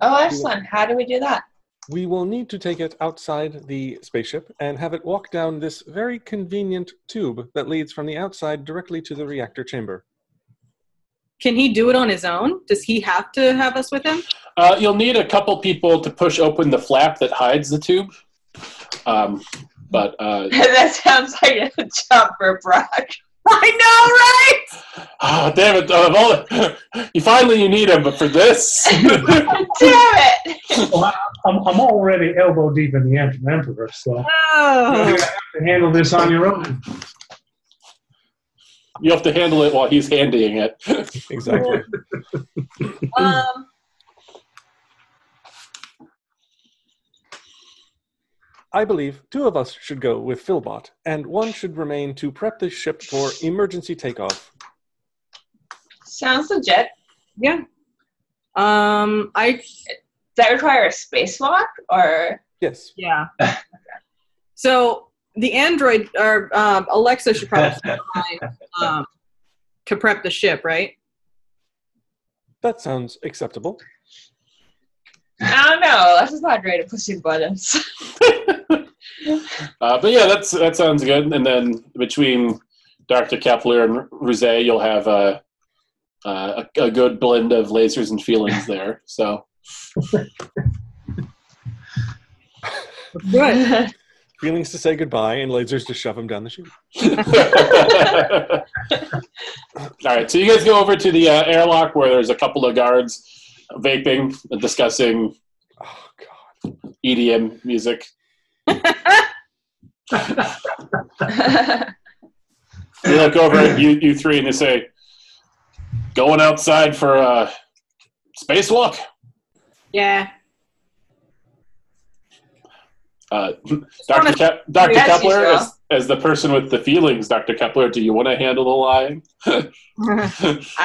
oh, excellent. How do we do that? We will need to take it outside the spaceship and have it walk down this very convenient tube that leads from the outside directly to the reactor chamber. Can he do it on his own? Does he have to have us with him? Uh, you'll need a couple people to push open the flap that hides the tube. Um, but uh, that sounds like a job for Brock. I know, right? ah, damn it! Of all the, you finally you need him, but for this, Damn it! I'm, I'm already elbow deep in the Em- Emperor, so you're gonna Oh. have to handle this on your own. you have to handle it while he's handing it. Exactly. Um, I believe two of us should go with Philbot, and one should remain to prep the ship for emergency takeoff. Sounds legit. yeah. Um, I Does that require a spacewalk or? Yes. yeah. so the android or um, Alexa should probably keep in mind, um, to prep the ship, right? That sounds acceptable. I don't know. This is not great at pushing buttons. Uh, but yeah, that's that sounds good. And then between Dr. Kepler and Rosé, you'll have uh, uh, a, a good blend of lasers and feelings there. So Good. Feelings to say goodbye and lasers to shove him down the chute. all right, so you guys go over to the uh, airlock where there's a couple of guards vaping, and discussing Oh, God. EDM music. They look over at you, you three, and they say, "Going outside for a spacewalk." Yeah. Uh, Dr. wanna- Kep Dr. Yes, Kepler, you as, as the person with the feelings, Dr. Kepler, do you want to handle the lying? I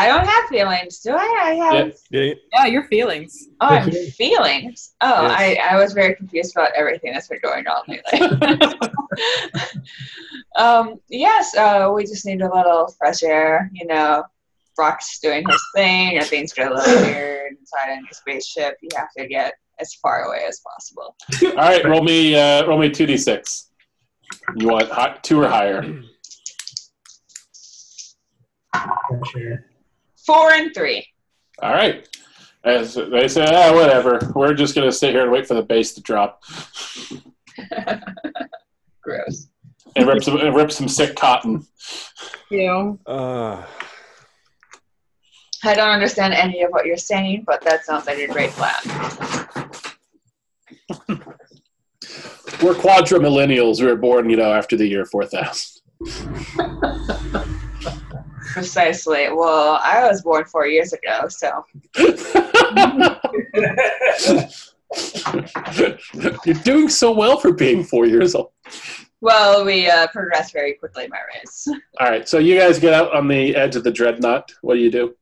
don't have feelings, do I? I have. Yeah. Yeah, Yeah, your feelings. Oh, I'm Okay. feelings. Oh, I, I was very confused about everything that's been going on lately. um, yes, uh, we just need a little fresh air. You know, Brock's doing his thing. and Things get a little weird inside any spaceship. You have to get as far away as possible. All right, roll me, uh, roll me two d six. You want hi- two or higher? Four and three. All right. As they say, ah, whatever. We're just gonna sit here and wait for the base to drop Gross. and rip some and rip some sick cotton. You. Uh, I don't understand any of what you're saying, but that sounds like a great plan. We're quadrimillennials. We were born, you know, after the year four thousand. Precisely. Well, I was born four years ago, so You're doing so well for being four years old. well, we uh, progressed very quickly in my race. All right, so you guys get out on the edge of the dreadnought. What do you do?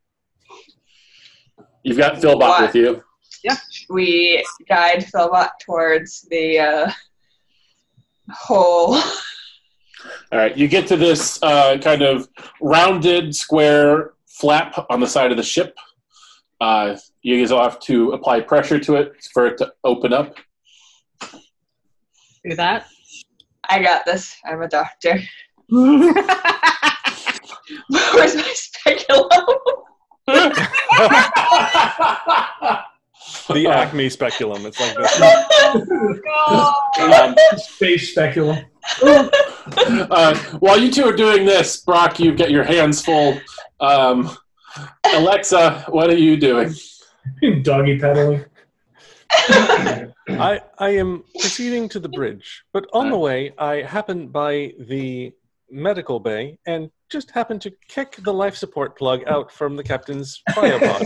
You've got Philbot What? with you. we guide Philbot towards the uh, hole. All right, you get to this uh, kind of rounded square flap on the side of the ship. Uh, you guys will have to apply pressure to it for it to open up. Do that. I got this. I'm a doctor. Where's Where's my speculum? The acme speculum. It's like this. Um, Space speculum. uh, while you two are doing this, Brock, you've got your hands full. Um, Alexa, what are you doing? Doggy pedaling. I, I am proceeding to the bridge, but on the way, I happen by the medical bay and just happen to kick the life support plug out from the captain's firebox.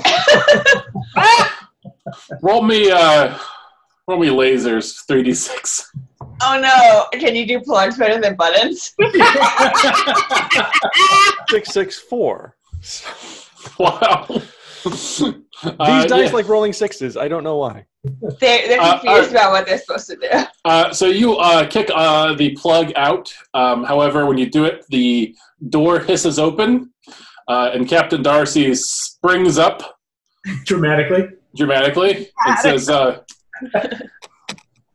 Roll me, uh, roll me lasers, three d six. oh no! Can you do plugs better than buttons? 664. These Wow. Uh, dice yeah. like rolling sixes. I don't know why. They, they're Uh, confused about what they're supposed to do. Uh, so you uh, kick uh, the plug out. Um, however, when you do it, the door hisses open, uh, and Captain Darcy springs up Dramatically. dramatically and says, uh,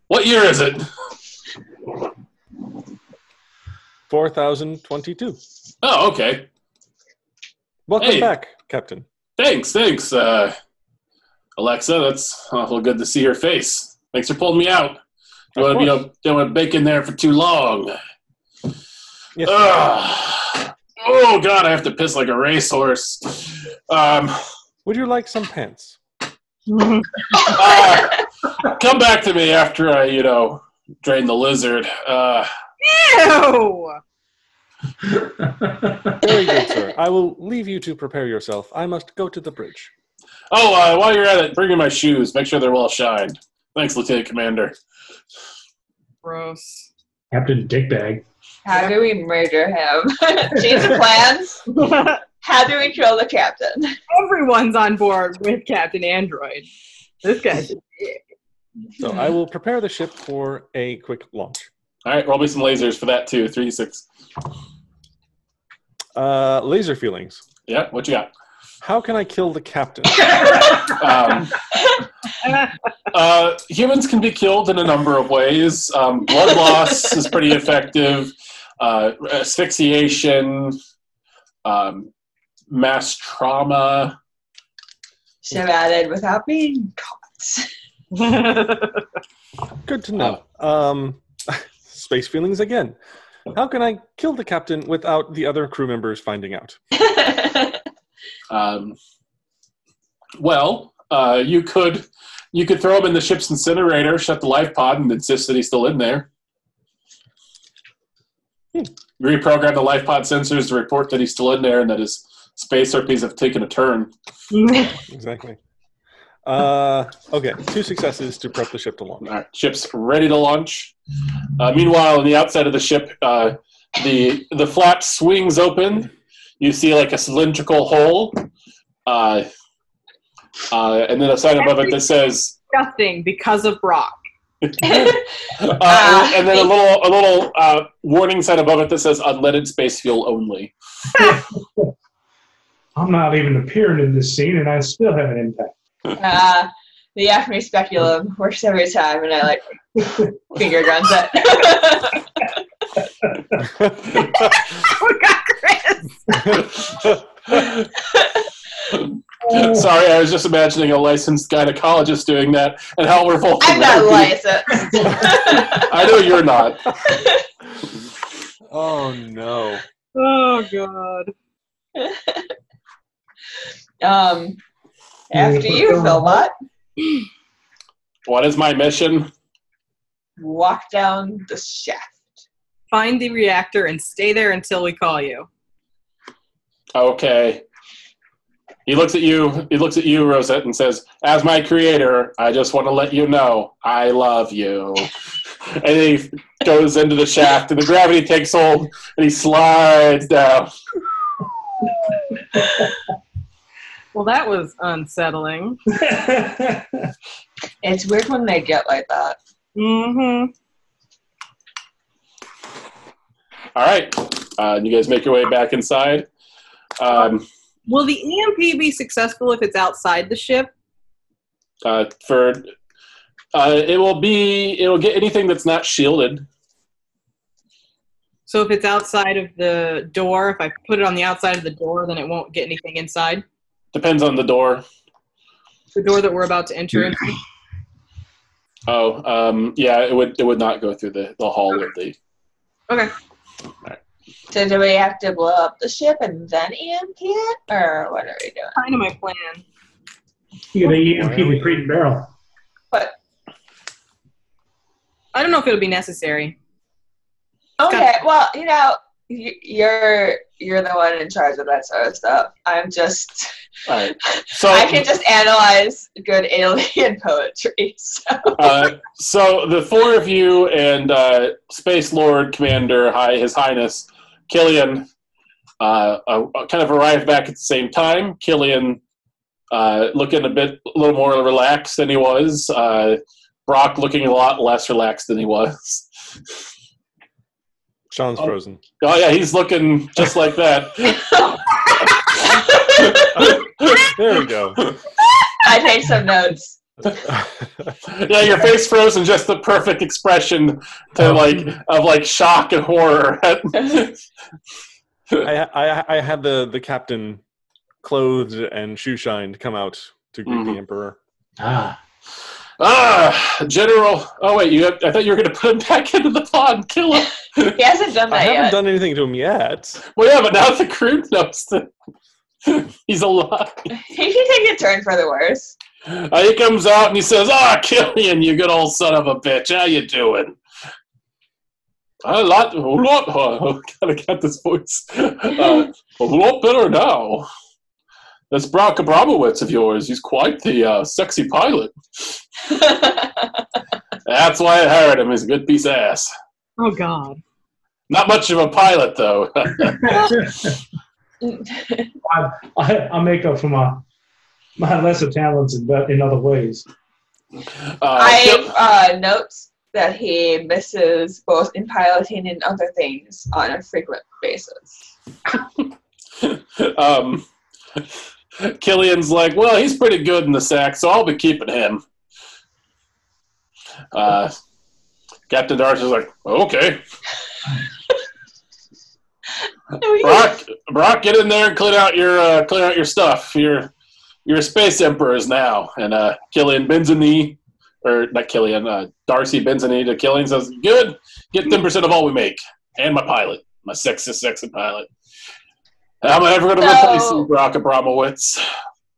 "What year is it?" 4022. Oh, okay. Welcome Hey. back, Captain. Thanks, thanks, uh, Alexa. That's awful good to see your face. Thanks for pulling me out. Don't Of want to be course. up, don't want to bake in there for too long. Yes. Ugh. Oh God, I have to piss like a racehorse. Um, Would you like some pants? uh, come back to me after I, you know, drain the lizard. Uh, Ew! Very good, sir. I will leave you to prepare yourself. I must go to the bridge. oh, uh, while you're at it, bring in my shoes. Make sure they're well shined. Thanks, Lieutenant Commander. Gross. Captain Dickbag. How do we murder him? Change of plans. How do we kill the captain? Everyone's on board with Captain Android. This guy's So I will prepare the ship for a quick launch. All right, roll me some lasers for that too. Three six. Uh, laser feelings. Yeah, what you got? How can I kill the captain? Um, uh, humans can be killed in a number of ways. Um, blood loss is pretty effective. Uh, asphyxiation, um, mass trauma. Should have added without being caught. Good to know. Um, space feelings again. How can I kill the captain without the other crew members finding out? Um, well, uh, you could you could throw him in the ship's incinerator, shut the life pod, and insist that he's still in there. Reprogram the life pod sensors to report that he's still in there and that his space herpes have taken a turn. Exactly. Uh, okay, two successes to prep the ship to launch. All right, ship's ready to launch. Uh, meanwhile, on the outside of the ship, uh, the the flap swings open. You see like a cylindrical hole, uh, uh, and then a sign above it that says disgusting because of Brock. Ah. uh, and then a little a little uh, warning sign above it that says unleaded space fuel only. I'm not even appearing in this scene, and I still have an impact. uh, the acme speculum works every time, and I like finger guns it. Oh, God, Chris. Oh. Sorry, I was just imagining a licensed gynecologist doing that and how revolting. I'm that not would be. licensed. I know you're not. oh no! Oh, God. um, after you, Philbot, What is my mission? walk down the shaft. Find the reactor and stay there until we call you. Okay. He looks at you. He looks at you, Rosette, and says, "As my creator, I just want to let you know I love you." And he goes into the shaft, and the gravity takes hold, and he slides down. Well, that was unsettling. It's weird when Mm-hmm. they get like that. Mm-hmm. All right. Uh, you guys make your way back inside. Um, Will the EMP be successful if it's outside the ship? uh, for uh, it will be it'll get anything that's not shielded. So if it's outside of the door, if I put it on the outside of the door, then it won't get anything inside Depends on the door. the door that we're about to enter into. Oh, um, yeah, it would it would not go through the, the hall with the So do we have to blow up the ship and then EMP it, or what are we doing? Kind of my plan. You gotta EMP the E Crate and Barrel. I don't know if it'll be necessary. Okay, well, you know, y- you're you're the one in charge of that sort of stuff. I'm just, all right. So I can just analyze good alien poetry. So uh, so the four of you and uh, Space Lord Commander, High His Highness Killian, uh, uh, kind of arrive back at the same time. Killian uh, looking a bit, a little more relaxed than he was. Uh, Brock looking a lot less relaxed than he was. Sean's Oh. frozen. Oh yeah, he's looking just like that. There we go. I take some notes. Yeah, your face froze in just the perfect expression to like of like shock and horror. I, I I had the the captain clothed and shoe shined come out to greet Mhm. the emperor. Ah. ah, General. Oh wait, you have, I thought you were going to put him back into the pod and kill him. He hasn't done I that haven't yet. done anything to him yet. Well, yeah, but now the crew knows that he's alive. he can take a turn for the worse. Uh, he comes out and he says, "Ah, Killian, you good old son of a bitch, how you doing?" A lot, a lot. Oh, gotta get this voice. Uh, a lot better now. That's Brock Abramowitz of yours. He's quite the uh, sexy pilot. That's why I hired him. He's a good piece of ass. Oh God. Not much of a pilot, though. Uh, I, I'll make up for my my lesser talents in, in other ways. Uh, Kil- I uh, notes that he misses both in piloting and other things on a frequent basis. um, Killian's like, well, he's pretty good in the sack, so I'll be keeping him. Uh, Captain Darcy's like, okay, Brock, Brock, get in there and clean out your uh, clean out your stuff. You're you're space emperors now. And uh, Killian bends a knee, or not Killian, uh, Darcy bends a knee to Killian and says, good, get ten percent of all we make, and my pilot, my sexy, sexy pilot. Am I ever going to So- replace you, Brock Abramowitz?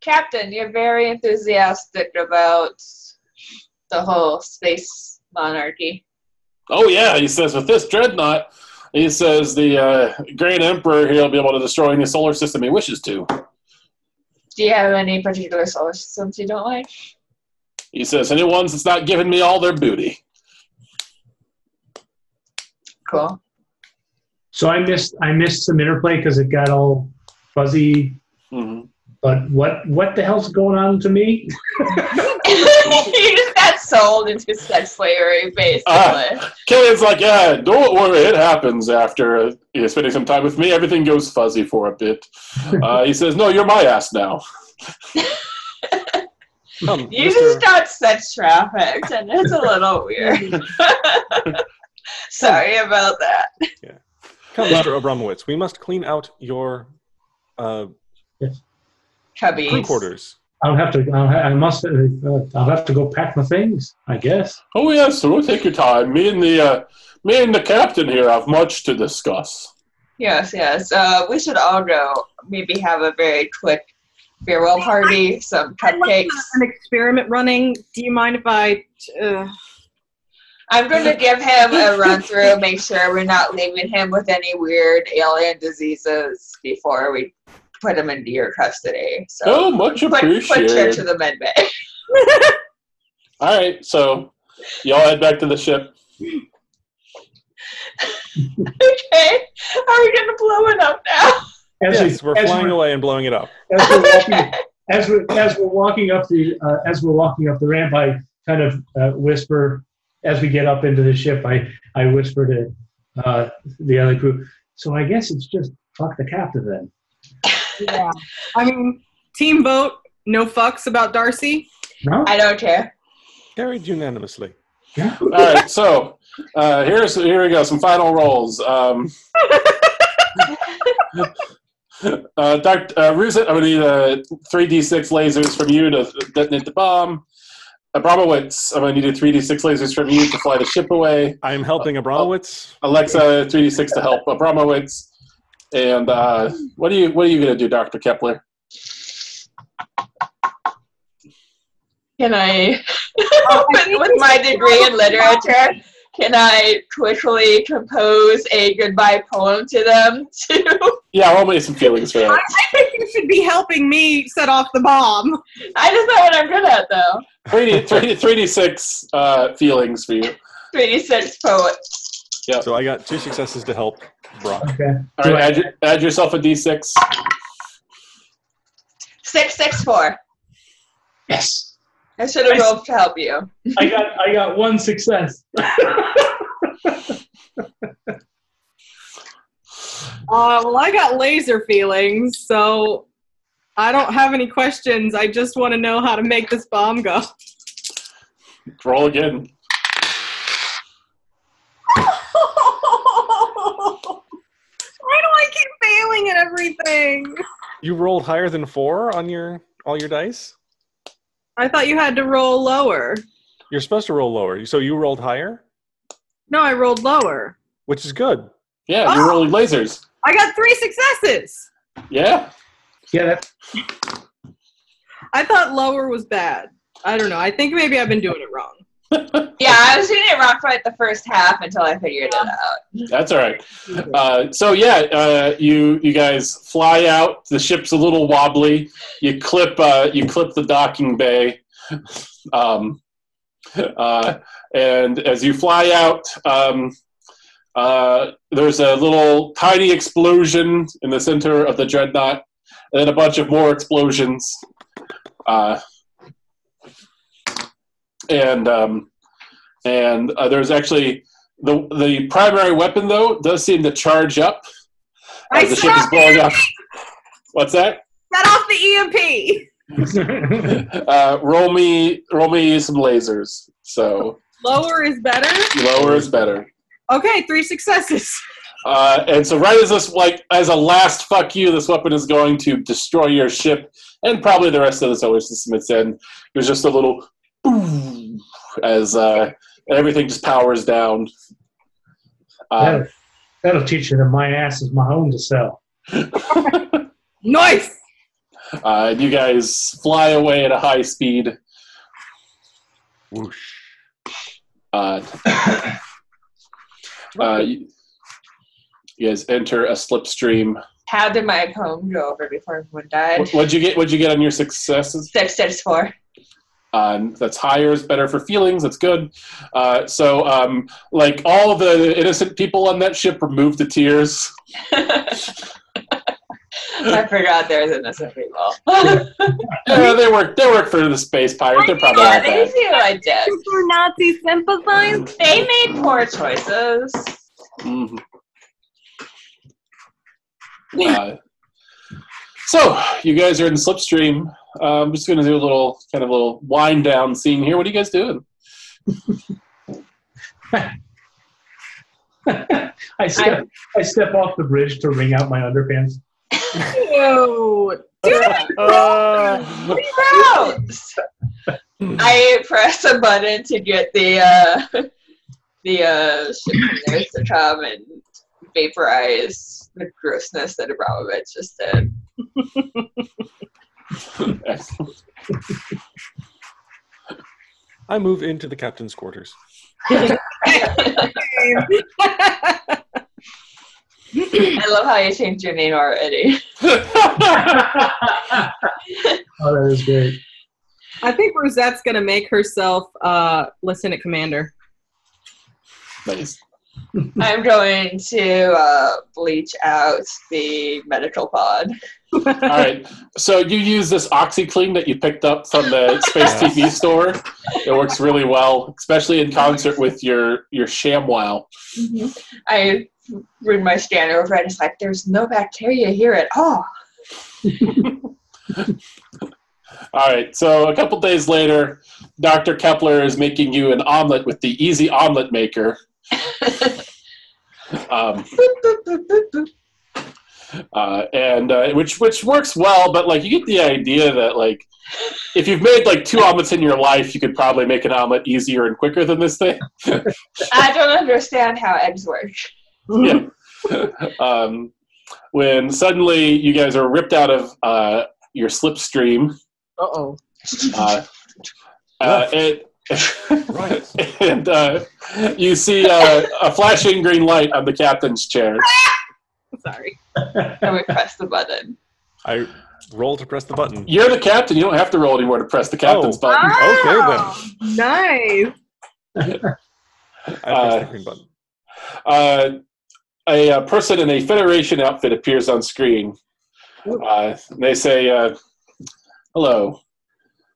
Captain, you're very enthusiastic about the whole space monarchy. Oh yeah, he says with this dreadnought, he says the uh, great emperor he'll be able to destroy any solar system he wishes to. Do you have any particular solar systems you don't like? He says any ones that's not giving me all their booty. Cool. So I missed I missed some interplay because it got all fuzzy. Mhm. But what what the hell's going on to me? you just got sold into sex slavery, basically. Ah. Killian's like, yeah, don't worry, it happens after uh, you know, spending some time with me. Everything goes fuzzy for a bit. Uh, he says, no, you're my ass now. Come, you Mr. just got sex trafficked, and it's a little weird. Sorry about that. come, Mr. Abramowitz. We must clean out your uh, Cubbies. crew quarters. I'll have to I'll ha- I must uh, I'll have to go pack my things. I guess. Oh yes, sir, we'll take your time. Me and the uh, me and the captain here have much to discuss. Yes, yes. Uh, we should all go. Maybe have a very quick farewell party, some cupcakes. An experiment running. Do you mind if I? Uh, I'm going to give him a run through, make sure we're not leaving him with any weird alien diseases before we put him into your custody. So oh, much quick, quick trip appreciated. to the med bay. All right, so y'all head back to the ship. okay, are we going to blow it up now? As Yes, we're as flying away and blowing it up. as we're walking, as we're, as we're walking up the uh, as we're walking up the ramp, I kind of uh, whisper as we get up into the ship. I I whisper to uh, the other crew. So I guess it's just fuck the captain then. Yeah. I mean, team vote, no fucks about Darcy. No? I don't care. Carried unanimously. Yeah. All right, so uh, here's here we go. Some final rolls. Um, uh, Dr. Uh, Ruzet, I'm gonna need uh, three d6 lasers from you to detonate the bomb. Uh, Abramowitz, I'm gonna need three d6 lasers from you to fly the ship away. I'm helping Abramowitz. Alexa, three d6 to help Abramowitz. And uh, what are you what are you gonna do, Doctor Kepler? Can I, Oh, I with, think with we my should degree in probably- literature, can I quickly compose a goodbye poem to them too? Yeah, I'll make some feelings for that. I think you should be helping me set off the bomb. I just know what I'm good at though. Three d three three d6 uh, feelings for you. 36 poet. So I got two successes to help Brock. Okay. All right, add, your- add yourself a d6. 664. Yes. I should have Nice. rolled to help you. I got I got one success. Uh, well, I got laser feelings, so I don't have any questions. I just want to know how to make this bomb go. Roll again. Why do I keep failing at everything? You rolled higher than four on your all your dice. I thought you had to roll lower. You're supposed to roll lower. So you rolled higher, No, I rolled lower. which is good. Yeah, you're rolling lasers. I got three successes. Yeah. Yeah, that, I thought lower was bad. I don't know. I think maybe I've been doing it wrong. Yeah, I was doing it wrong for like the first half until I figured it out. That's all right. Uh, so yeah, uh, you you guys fly out. The ship's a little wobbly. You clip uh, you clip the docking bay, um, uh, and as you fly out, um, uh, there's a little tiny explosion in the center of the dreadnought, and then a bunch of more explosions. Uh, and um, and uh, there's actually the the primary weapon though does seem to charge up I as the ship set Oh, is off, blowing up. What's that? set off the E EMP. Uh, roll me roll me some lasers. So Lower is better. lower is better. Okay, three successes. Uh, and so right as this like as a last fuck you, this weapon is going to destroy your ship and probably the rest of the solar system it's in. There's just a little boom as uh, everything just powers down. Uh, Um, that'll, that'll teach you that my ass is my own to sell. Nice. uh, you guys fly away at a high speed. Whoosh. Uh, uh, you you guys enter a slipstream. How did my poem go over before everyone died? What, what'd you get? What'd you get on your successes? 664. Um, that's higher is better for feelings. That's good. Uh, so, um, like all the innocent people on that ship were moved to tears. I forgot there was innocent people. Yeah, they work. They work for the space pirate. They're probably yeah, not they bad. feel like dead. Super Nazi sympathizers. They made poor choices. Mhm. Uh, so, you guys are in slipstream. Uh, I'm just going to do a little kind of little wind down scene here. What are you guys doing? I step I, step off the bridge to wring out my underpants. Ew. Uh, Gross. I press a button to get the uh, the uh, ship cleaners to come and vaporize the grossness that Abramovich just did. Excellent. I move into the captain's quarters. I love how you changed your name already. oh, that is great. I think Rosette's gonna make herself uh, lieutenant commander. nice. I'm going to uh, bleach out the medical pod. All right. So you use this OxyClean that you picked up from the Space Yeah. TV store. It works really well, especially in concert with your your ShamWow. Mm-hmm. I read my scanner over and it's like, there's no bacteria here at all. All right. So a couple days later, Dr. Kepler is making you an omelet with the Easy Omelet Maker. um, Boop, boop, boop, boop, boop. uh, and uh, which which works well, but like you get the idea that like if you've made like two omelets in your life, you could probably make an omelet easier and quicker than this thing. I don't understand how eggs work. yeah. um, when suddenly you guys are ripped out of uh, your slipstream. oh. Uh, uh, and, Right. and uh, you see uh, a flashing green light on the captain's chair. Sorry. And we press the button. I roll to press the button. You're the captain. You don't have to roll anymore to press the captain's Oh. button. Wow. Nice. I press Uh, the green button. Uh, a, uh person in a Federation outfit appears on screen. Uh, and they say, uh, Hello,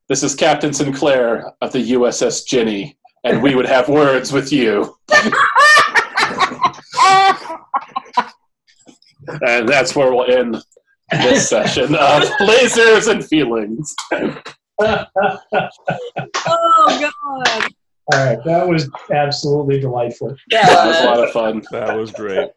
this is Captain Sinclair of the USS Jenny, and we would have words with you. and that's where we'll end this session of Lasers and Feelings. Oh god. All right, that was absolutely delightful. That was a lot of fun. That was great.